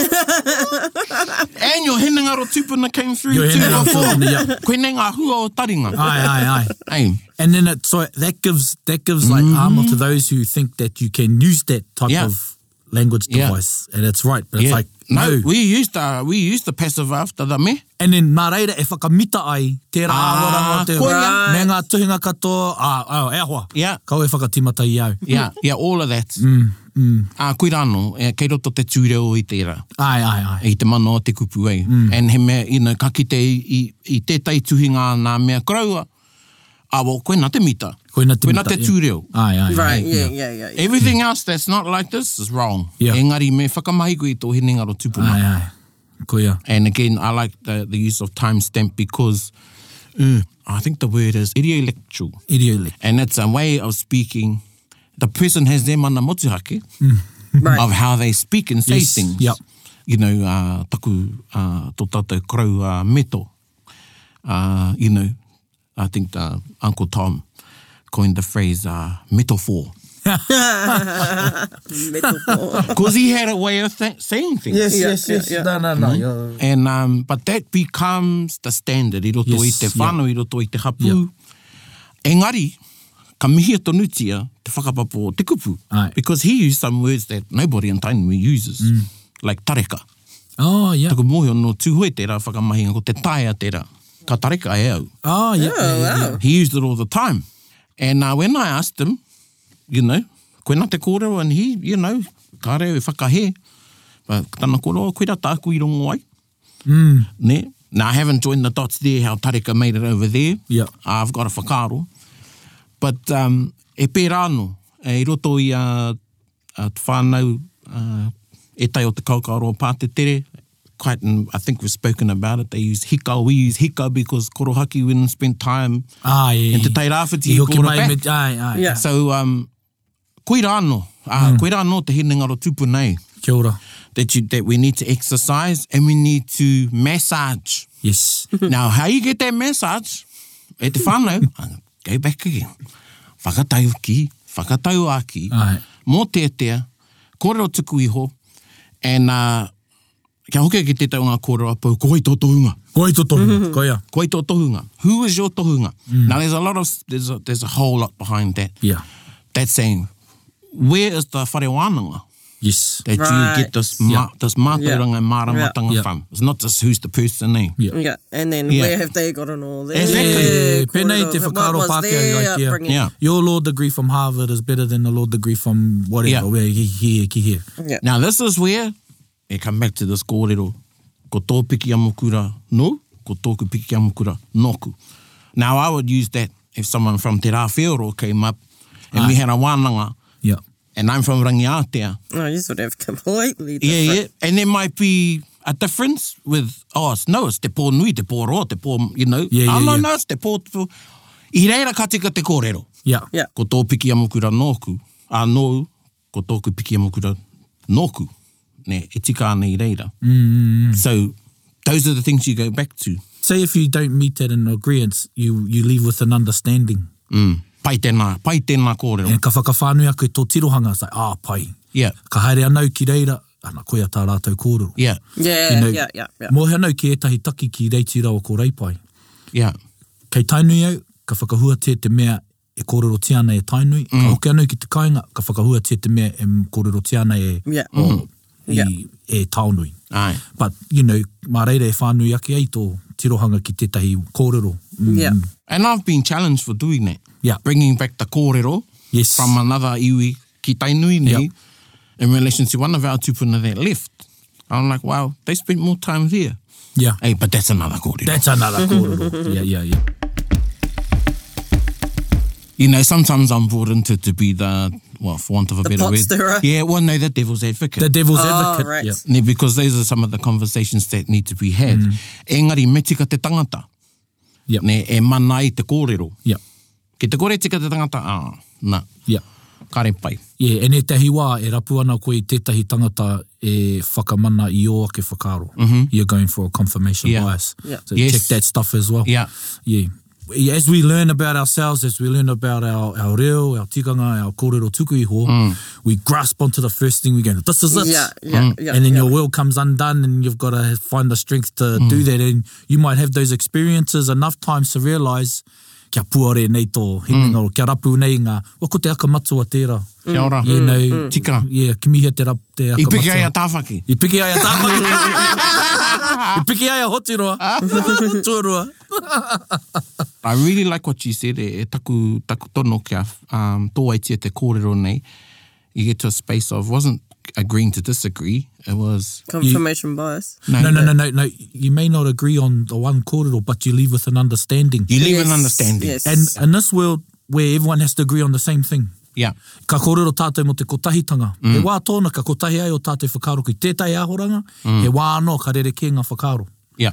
Speaker 3: and your hinangaro tupuna came through
Speaker 5: Your
Speaker 3: too.
Speaker 5: hinangaro
Speaker 3: before.
Speaker 5: tupuna, yeah.
Speaker 3: Koe nei ngā hua o taringa.
Speaker 5: Aye, aye, aye.
Speaker 3: Hey,
Speaker 5: And then it, so that gives that gives like armor to those who think that you can use that type
Speaker 3: Mm-hmm. Yeah.
Speaker 5: of language
Speaker 3: Yeah.
Speaker 5: device, and it's right, but it's
Speaker 3: yeah.
Speaker 5: like
Speaker 3: no,
Speaker 5: no.
Speaker 3: we used the we used the passive after the me.
Speaker 5: And then mā reira e whakamita ai tērā
Speaker 3: Ah,
Speaker 5: awarango te
Speaker 3: koia.
Speaker 4: Right.
Speaker 5: me ngā tuhinga katoa, ah, oh, e hoa,
Speaker 3: Yeah.
Speaker 5: kau e whakatimata i au.
Speaker 3: Yeah, yeah, all of that. Mm, mm. Uh, koe rano, eh, kei roto te tūreo i tērā.
Speaker 5: Ai, ai, ai.
Speaker 3: i te mana o te kupu ei. Mm. And he mea, you know, ka kite i, i, i tētai tuhinga nā mea koraua, a wo, koe nā te mita.
Speaker 5: Koe nā te
Speaker 3: koe
Speaker 5: mita,
Speaker 3: nā te
Speaker 5: yeah. Ah.
Speaker 3: tūreo.
Speaker 5: Ai, ai,
Speaker 4: Right,
Speaker 5: ai.
Speaker 4: yeah, yeah, yeah. yeah.
Speaker 3: Everything else that's not like this is wrong.
Speaker 5: Yeah. Ah,
Speaker 3: Engari, me whakamahi koe i tō hinengaro tupuna.
Speaker 5: Ai, ai. Koia.
Speaker 3: And again, I like the, the use of timestamp because uh, I think the word is idiolectual.
Speaker 5: Idiole.
Speaker 3: And it's a way of speaking. The person has their mana motuhake of
Speaker 4: Right.
Speaker 3: how they speak and say
Speaker 5: Yes,
Speaker 3: things.
Speaker 5: yep.
Speaker 3: You know, uh, taku uh, tō tātou korau uh, meto. Uh, you know, I think uh, Uncle Tom coined the phrase uh, metaphor.
Speaker 4: Metaphor.
Speaker 3: Because he had a way of th- saying things.
Speaker 4: Yeah, yes, yeah, yes. yeah.
Speaker 5: No, no,
Speaker 3: Mm-hmm.
Speaker 5: no. you're-
Speaker 3: And um, but that becomes the standard. I roto yes,
Speaker 5: Yes,
Speaker 3: i te whānau, i roto i te hapu.
Speaker 5: Yeah.
Speaker 3: Engari, ka mihia tonu tia te whakapapo o te kupu.
Speaker 5: Ai.
Speaker 3: Because he used some words that nobody in Tainui uses. Like tareka.
Speaker 5: Oh, yeah.
Speaker 3: Taku mōhio no tūhoe tērā whakamahinga ko te taea tērā. Ka tareka e au.
Speaker 5: Oh, yeah. yeah, yeah, yeah.
Speaker 3: He used it all the time. And uh, when I asked him, you know, koe nā te kōrero, and he, you know, ka reo e whakahe. But tana kōrero, koe rā tāku i rongo ai. Mm. Ne? Now, I haven't joined the dots there, how Tareka made it over there.
Speaker 5: Yeah.
Speaker 3: I've got a whakaro. But um, e pērā anō, e i roto i a, a te whānau, uh, e tai o te kaukaroa pātetere, quite, and I think we've spoken about it, they use hika, we use hika because Korohaki went and spent time
Speaker 5: Ah, yeah.
Speaker 3: in te tai rāwhiti,
Speaker 5: I
Speaker 3: he
Speaker 5: hoki
Speaker 3: brought it
Speaker 5: mai
Speaker 3: back.
Speaker 5: me, ai, ai.
Speaker 4: Yeah.
Speaker 3: So, um, koe rā anō,
Speaker 5: Mm.
Speaker 3: uh, koe rā anō te hinengaro tupu nei,
Speaker 5: Kia ora.
Speaker 3: that, you, that we need to exercise and we need to massage.
Speaker 5: Yes.
Speaker 3: Now, how you get that message, e te whānau, go back again. Whakatau ki, whakatau a ki,
Speaker 5: Ai.
Speaker 3: mō tētea, kōrero tuku iho, and uh, kia hoki ki te taunga kōrero apau, koi tō tohunga,
Speaker 5: Koi to tonu. Koia.
Speaker 3: koi tō tohunga, who is your tohunga? Now, there's a lot of, there's a, there's a whole lot behind that.
Speaker 5: Yeah.
Speaker 3: That's saying, where is the whare wānanga?
Speaker 5: Yes.
Speaker 3: That
Speaker 4: Right.
Speaker 3: you get this, ma, this mātauranga and māramatanga
Speaker 5: Yeah.
Speaker 3: from. It's not just who's the person, eh?
Speaker 5: Yeah.
Speaker 4: Yeah, and then
Speaker 3: Yeah.
Speaker 4: where have they gotten all this?
Speaker 3: Exactly.
Speaker 5: Yeah, pēnei te whakaro Pākehā i Aikea.
Speaker 3: Yeah.
Speaker 5: Your law degree from Harvard is better than the law degree from whatever.
Speaker 3: Yeah.
Speaker 5: Where he here, ki here.
Speaker 4: Yeah.
Speaker 3: Now, this is where e come back to this kōrero. Ko tō piki amukura no, ko tōku piki amukura noku. Now, I would use that if someone from Te Rāwhioro came up and
Speaker 5: Ah.
Speaker 3: we had a wānanga
Speaker 5: Yeah.
Speaker 3: and I'm from Rangiatea.
Speaker 4: No, you sort of completely different.
Speaker 3: Yeah, yeah. And there might be a difference with, oh, it's, no, it's te pō nui, te pō roa, te pō, you know.
Speaker 5: Yeah, yeah,
Speaker 3: oh, no,
Speaker 5: yeah.
Speaker 3: no, it's te pō, te pō. I reira katika te kōrero.
Speaker 5: Yeah.
Speaker 4: Yeah.
Speaker 3: Ko tō piki amukura nōku. A nōu, ko tōku piki amukura nōku. Ne, e tika ana i reira. Mm. So, those are the things you go back to.
Speaker 5: Say if you don't meet that in agreement, you you leave with an understanding.
Speaker 3: Mm. Pai tēnā, pai tēnā kōrero.
Speaker 5: And ka whakawhānui aku i tō tirohanga, it's like, ah, pai.
Speaker 3: Yeah.
Speaker 5: Ka haere anau ki reira, ana koia tā rātou kōrero.
Speaker 3: Yeah,
Speaker 4: Yeah,
Speaker 5: You know,
Speaker 4: yeah, yeah, yeah.
Speaker 5: Mō hanau ki ētahi taki ki reiti rawa ko reipai.
Speaker 3: yeah,
Speaker 5: Kei tainui au, ka whakahua te te mea e kōrero tiana e tainui, mm. ka hoki anau ki te kāinga, ka whakahua te te mea e kōrero tiana e,
Speaker 4: Yeah.
Speaker 3: Mm.
Speaker 5: o, i,
Speaker 4: Mm. Yeah.
Speaker 5: e taonui.
Speaker 3: ai,
Speaker 5: But, you know, mā reira e whānui ake ai tō tirohanga ki tētahi kōrero. Mm.
Speaker 4: Yeah.
Speaker 3: And I've been challenged for doing that.
Speaker 5: Yeah.
Speaker 3: Bringing back the kōrero
Speaker 5: Yes.
Speaker 3: from another iwi ki tainui nei
Speaker 5: Yeah.
Speaker 3: in relation to one of our tupuna that left. I'm like, wow, they spent more time there.
Speaker 5: Yeah.
Speaker 3: Hey, but that's another kōrero.
Speaker 5: That's another kōrero. yeah, yeah, yeah.
Speaker 3: you know, sometimes I'm brought into to be the, well, for want of a
Speaker 4: The
Speaker 3: better
Speaker 4: pot
Speaker 3: word.
Speaker 4: stirrer.
Speaker 3: Yeah, well, no, the devil's advocate.
Speaker 5: The devil's
Speaker 4: Oh,
Speaker 5: advocate.
Speaker 4: right.
Speaker 5: Yeah.
Speaker 3: Yeah, because those are some of the conversations that need to be had. Mm. Engari, me tika te tangata.
Speaker 5: Yeah.
Speaker 3: Ne, e mana i te kōrero.
Speaker 5: Yeah.
Speaker 3: Ki te kore tika te tangata, ah, nā,
Speaker 5: Yeah.
Speaker 3: kare pai.
Speaker 5: Yeah, e ne tahi wā, e rapu ana koe i tētahi tangata e whakamana i o ake whakaro. Mm-hmm. You're going for a confirmation
Speaker 3: Mhm. Yeah.
Speaker 5: bias.
Speaker 4: Yeah.
Speaker 5: So
Speaker 3: Yes.
Speaker 5: check that stuff as well.
Speaker 3: Yeah.
Speaker 5: Yeah. Yeah, As we learn about ourselves, as we learn about our, our reo, our tikanga, our kōrero tuku iho, mm. we grasp onto the first thing we go, this is it.
Speaker 4: Yeah, yeah,
Speaker 3: Mm.
Speaker 4: yeah.
Speaker 5: and then
Speaker 4: yeah.
Speaker 5: your will comes undone and you've got to find the strength to
Speaker 3: Mm.
Speaker 5: do that and you might have those experiences enough times to realize kia puare nei tō hinga mm. o kia rapu nei ngā wako te aka matua tērā
Speaker 3: Kia
Speaker 4: Mm.
Speaker 3: ora.
Speaker 5: you know
Speaker 3: Tika.
Speaker 5: yeah ki mihia te rapu te aka
Speaker 3: I piki ai a
Speaker 5: matua
Speaker 3: tāwhaki.
Speaker 5: i piki ai a tāmaki i piki ai a hotiroa tuarua
Speaker 3: I really like what you said, e, e taku, taku tono kia um, tō aitia te kōrero nei. You get to a space of, wasn't agreeing to disagree, it was...
Speaker 4: confirmation bias.
Speaker 5: no no no no no you may not agree on the one kōrero but you leave with an understanding
Speaker 3: You leave an
Speaker 4: Yes,
Speaker 3: understanding.
Speaker 4: yes.
Speaker 5: and in this world where everyone has to agree on the same thing
Speaker 3: Yeah.
Speaker 5: Ka kōrero tātou mo te kotahitanga. Mm. He wā tōna ka kotahi ai o tātou whakaro ki tētai ahoranga, mm. he wā anō ka rere ki ngā whakaro.
Speaker 3: Yeah.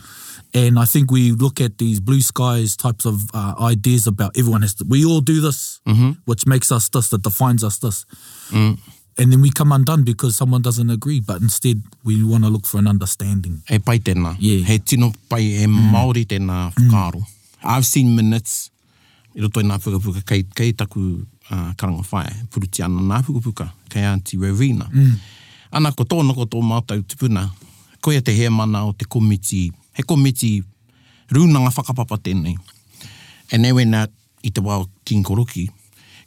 Speaker 5: And I think we look at these blue skies types of uh, ideas about everyone has to, we all do this, mm-hmm. which makes us this, that defines us this. Mm. And then we come undone because someone doesn't agree, but instead we want to look for an understanding.
Speaker 3: e pai tēnā.
Speaker 5: Yeah.
Speaker 3: He tino pai e mm. Māori tēnā whakaro. I've seen minutes, i roto i nā pukapuka, kei, kei taku uh, karanga whae, puruti ana nā pukapuka, kei Auntie Rowena. Mm. Ana ko tōna ko tō mātau tupuna, koia te he mana o te komiti, he komiti rūnanga whakapapa tēnei. E nei wena i te wao King Koroki,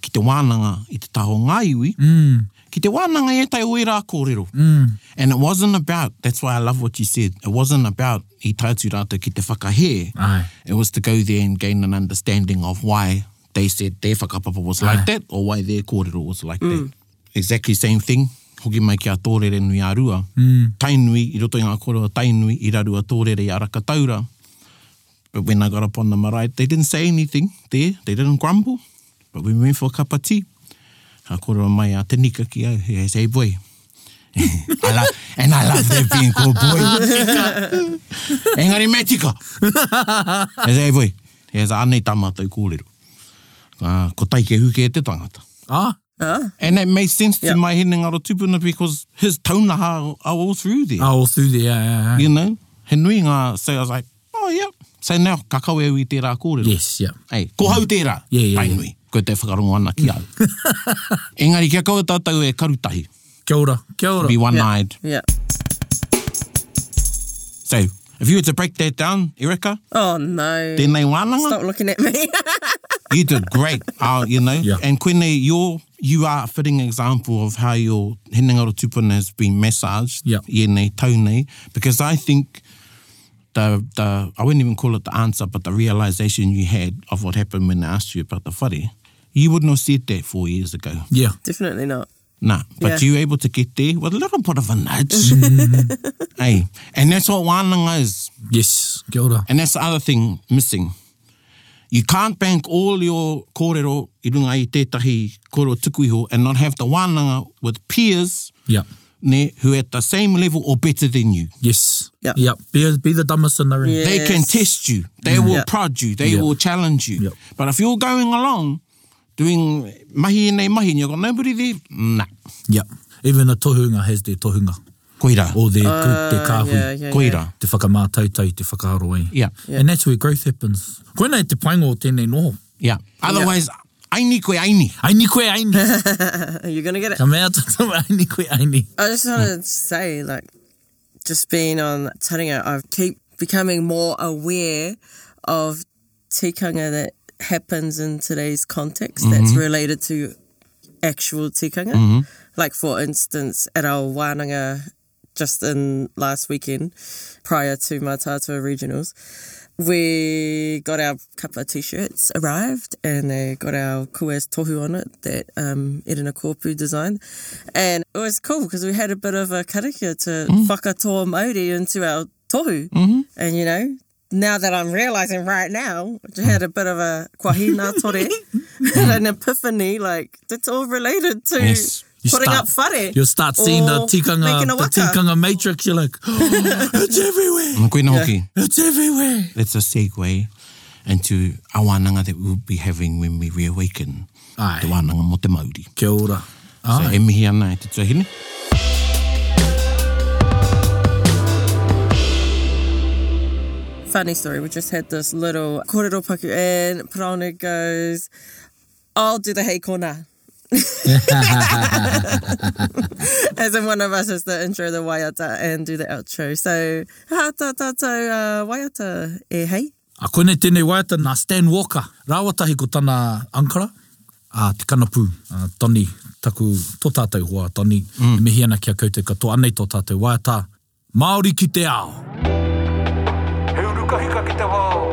Speaker 3: ki te wānanga i te taho ngāiwi, mm. ki te wānanga e tai oi rā kōrero. Mm. And it wasn't about, that's why I love what you said, it wasn't about i tātu rātou ki te whakahe.
Speaker 5: Aye.
Speaker 3: It was to go there and gain an understanding of why they said their whakapapa was like
Speaker 5: Aye.
Speaker 3: that or why their kōrero was like that. Exactly same thing. Hoki mai ki a tōrere nui a rua. Mm. Tainui, i roto i ngā kōrero, tainui, i rarua tōrere i arakataura. But when I got up on the marae, they didn't say anything there. They didn't grumble. But we went for a cup of tea. Ka kōrero mai a tenika ki au, he say, boy. I love, and I love that being called boy. Engari me tika. He say, boy. He say, anei tāmātou kōrero. Uh, ko tai ke huke e te tangata.
Speaker 5: Ah,
Speaker 3: And that made sense to
Speaker 4: Yeah.
Speaker 3: my head ngaro tupuna because his taunaha are all through there.
Speaker 5: oh, all through there. Yeah, yeah, yeah.
Speaker 3: you know, he nui ngā, so I was like, oh yeah, so now kakau e ui tērā kōrero.
Speaker 5: Yes, yeah.
Speaker 3: Ei, ko hau tērā,
Speaker 5: Yeah, yeah, yeah.
Speaker 3: tainui, ko te whakarongo ana ki au. Engari, kia kaua tātou e karutahi,
Speaker 5: Kia ora, kia ora.
Speaker 3: be one-eyed.
Speaker 4: Yeah.
Speaker 3: So, if you were to break that down, Erika,
Speaker 4: Oh no.
Speaker 3: tēnei
Speaker 4: Stop
Speaker 3: wānanga,
Speaker 4: looking at me.
Speaker 3: you did great, uh, you know.
Speaker 5: Yeah.
Speaker 3: And Quinny, you're, you are a fitting example of how your he ngaro tupuna has been massaged,
Speaker 5: Yeah.
Speaker 3: i nei, tau nei, because I think the the I wouldn't even call it the answer, but the realization you had of what happened when I asked you about the whare, you wouldn't have said that four years ago.
Speaker 5: Yeah,
Speaker 4: Definitely not.
Speaker 3: Nah, but
Speaker 4: Yeah.
Speaker 3: you were able to get there with a little bit of a nudge.
Speaker 5: Mm-hmm.
Speaker 3: hey, and that's what wānanga is.
Speaker 5: yes, kia ora.
Speaker 3: And that's the other thing missing. You can't bank all your kōrero i runga i tētahi kōrero tukuiho and not have the wānanga with peers
Speaker 5: Yeah.
Speaker 3: ne, who at the same level or better than you.
Speaker 5: Yes.
Speaker 4: Yeah.
Speaker 5: Yeah. Be, be the dumbest in the ring.
Speaker 4: Yeah.
Speaker 3: They can
Speaker 4: Yes.
Speaker 3: test you. They will
Speaker 4: Yeah.
Speaker 3: prod you. They
Speaker 5: Yeah.
Speaker 3: will challenge you.
Speaker 5: Yeah.
Speaker 3: But if you're going along doing mahi e nei mahi and you've got nobody there, nah.
Speaker 5: Yeah. Even the tohunga has their tohunga.
Speaker 3: Koira.
Speaker 5: Or their group, their
Speaker 4: Uh,
Speaker 5: kāhui.
Speaker 4: yeah, yeah,
Speaker 3: Koira.
Speaker 4: yeah.
Speaker 5: Te whakamātautau, te whakaharo ai.
Speaker 3: Yeah.
Speaker 4: Yeah.
Speaker 5: And that's where growth happens. Koina e te paingo o tēnei noho.
Speaker 3: Yeah. Otherwise, Aini koe aini.
Speaker 5: Aini koe aini.
Speaker 4: You're going to get it.
Speaker 5: Ka mea tata aini koe aini.
Speaker 4: I just wanted to say, like, just being on Taringa, I keep becoming more aware of tikanga that happens in today's context that's related to actual tikanga. Like, for instance, at our wānanga just in last weekend, prior to my Mātātua regionals, we got our couple of t-shirts arrived and they got our Kues Tohu on it that um, Edina Korpu designed. And it was cool because we had a bit of a karakia to
Speaker 5: Mm-hmm.
Speaker 4: whakatoa Māori into our tohu. And, you know, now that I'm realizing right now, I just had a bit of a kwahina tore, had an epiphany, like, it's all related to
Speaker 3: Yes.
Speaker 5: You
Speaker 4: putting
Speaker 5: start-
Speaker 4: up whare.
Speaker 5: You'll start seeing the
Speaker 4: or
Speaker 5: tikanga,
Speaker 4: Oh, making
Speaker 5: the
Speaker 4: a waka.
Speaker 5: tikanga matrix. You're like, it's everywhere.
Speaker 3: Koe na hoki.
Speaker 5: It's everywhere.
Speaker 3: That's a segue into a wānanga that we'll be having when we reawaken
Speaker 5: Ai.
Speaker 3: the wānanga mo te Māori.
Speaker 5: Kia ora. Ah,
Speaker 3: So e mihi ana e te tuahine.
Speaker 4: Funny story, we just had this little kōrero paku and Parana goes, I'll do the hey kona. As in one of us is the intro, the waiata, and do the outro. So, ha tā tātou uh, waiata e hei.
Speaker 5: A koine tēnei waiata nā Stan Walker. Rāwatahi ko tāna Ankara, a te kanapū, a Tony, taku tō tātou hoa, Tony, mm. e mihi ana kia koutou katoa, anei tō tātou waiata. Māori ki te ao.
Speaker 6: He uru kahika ki te wao,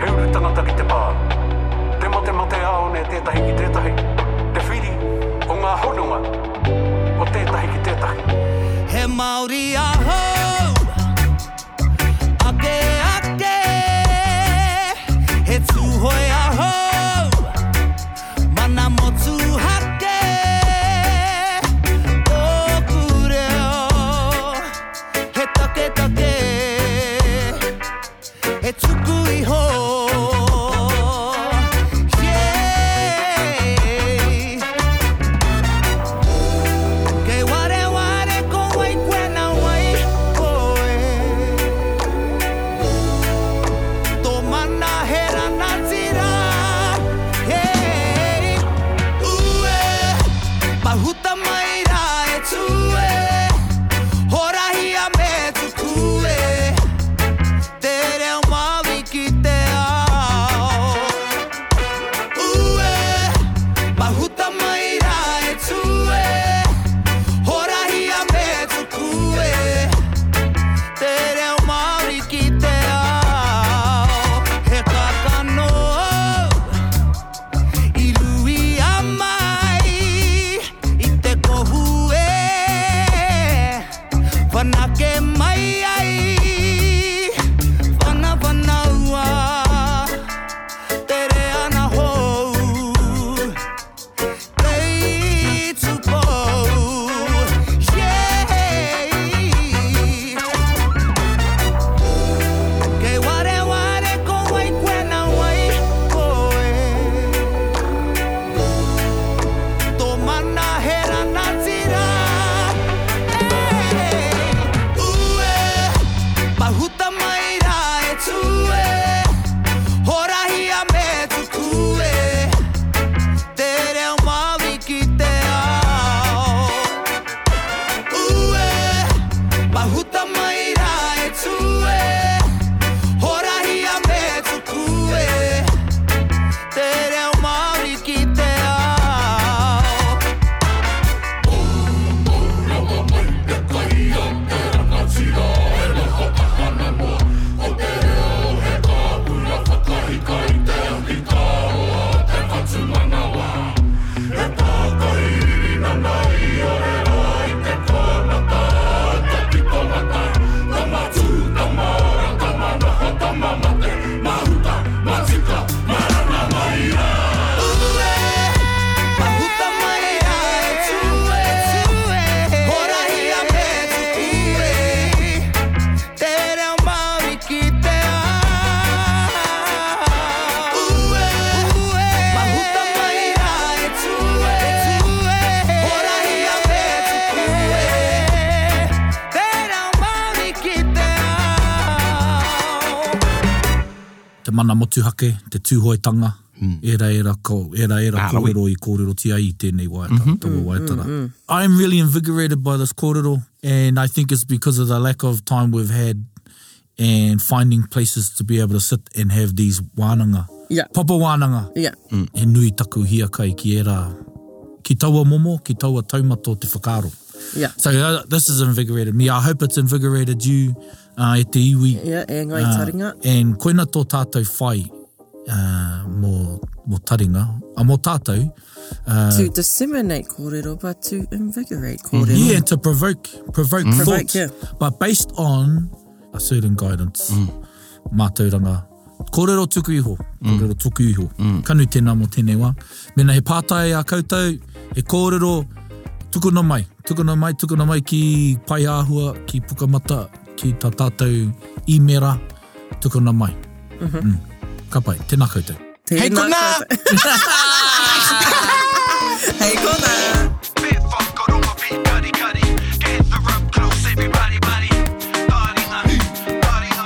Speaker 6: he uru tangata ki te pā. Te mate mate ao ne tētahi ki tētahi, te whiri o ngā hononga, o tētahi ki tētahi.
Speaker 7: He Māori aho Ake ake He tūhoi aho Mana mo tūhake O kureo He take take He tuku iho Yeah Kei ware ware ko wai kwena wai koe Tō mana hera nā tira Hei Ue Pahuta mai rā e tue Horahia me tukue Te reo mawi ki te ao Ue Mahuta mai rā e tue Horahi a me tukue Te reo Māori ki te ao He kakano I lui a mai I te kohu e Whanake mai ai Whana whanaua Te re ana hou Play to bow. Yeah. Que ware ware ko wai kwena wai koe. Tō mana hera nā tira. Hey. Ue, pahuta mai rā e tue. Horahi a me tukue. Te reo Māori ki te ao Ue, mahuta mai rā e tue Horahi a me tukue Te reo Māori ki te ao Mahuta mai rā e tue Horahi a me tukue Te reo Māori ki te ao Ue, mahuta mai rā e tue Horahi a me tukue Te reo Māori ki te ao
Speaker 5: Te mana motuhake, te tūhoitanga, Mm. Era era ko, era era
Speaker 3: Ārawe.
Speaker 5: kōrero i kōrero tia i tēnei waitara, mm -hmm. waitara. Mm -hmm. I'm really invigorated by this kōrero and I think it's because of the lack of time we've had and finding places to be able to sit and have these wānanga.
Speaker 4: Yeah.
Speaker 5: Papa wānanga.
Speaker 4: Yeah.
Speaker 5: Mm. E nui taku hiakai ki e rā. Ki taua momo, ki taua taumato te whakaro.
Speaker 4: Yeah.
Speaker 5: So uh, this has invigorated me. I hope it's invigorated you uh, e te iwi.
Speaker 4: Yeah, e ngai
Speaker 3: Ah,
Speaker 5: Uh,
Speaker 4: taringa.
Speaker 5: and koina tō tātou whai uh, mō, mō taringa. A mō tātou,
Speaker 3: ah.
Speaker 4: to disseminate kōrero, but to invigorate kōrero.
Speaker 3: Mm-hmm.
Speaker 5: yeah, to provoke, provoke
Speaker 4: Mm. Provoke,
Speaker 5: thoughts.
Speaker 4: yeah.
Speaker 5: But based on a certain guidance, mm. mātauranga, kōrero tuku iho,
Speaker 4: Mm.
Speaker 5: kōrero tuku iho, kanu tēnā mō tēnei wā. Mena he pātai a koutou, he kōrero tukuna mai, tukuna mai, tukuna mai ki pai āhua, ki pukamata, ki tā tātou imera, tukuna mai. Mm-hmm.
Speaker 4: Mhm.
Speaker 5: Mm. Ka pai, tēnā koutou.
Speaker 4: Tēnā
Speaker 3: Hei kona!
Speaker 4: koutou. Hei kona!
Speaker 1: Bit fuck got on my feet, cuddy cuddy. Gather up close, everybody, buddy. Taringa, taringa,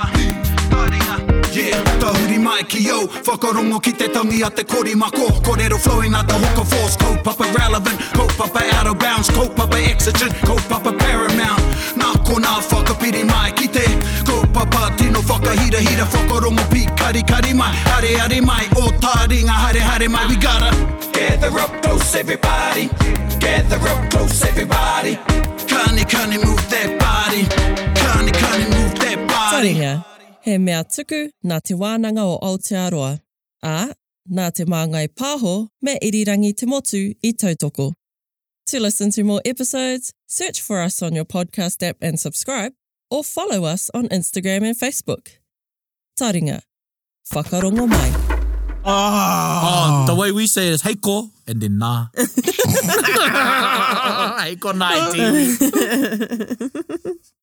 Speaker 1: taringa. Yeah, tahuri mai ki yo Whakarongo ki te tangi a te kori mako Korero flowing a te hoka force Kaupapa relevant, kaupapa out of bounds Kaupapa exigent, kaupapa paramount Nā ko nā whakapiri mai ki te Kaupapa tino whakahira hira Whakarongo pi kari kari mai Hare hare mai, o taringa hare hare mai We gotta
Speaker 2: Gather up close, everybody. Gather up close, everybody.
Speaker 1: Kani kani move that body. Kani kani move that body.
Speaker 4: Taringa, he mea tuku nā te wānanga o Aotearoa, a nā te māngai pāho me irirangi te motu i tautoko. To listen to more episodes, search for us on your podcast app and subscribe, or follow us on Instagram and Facebook. Taringa, whakarongo mai.
Speaker 5: Oh, the way we say it is heiko and then nah. heiko 90.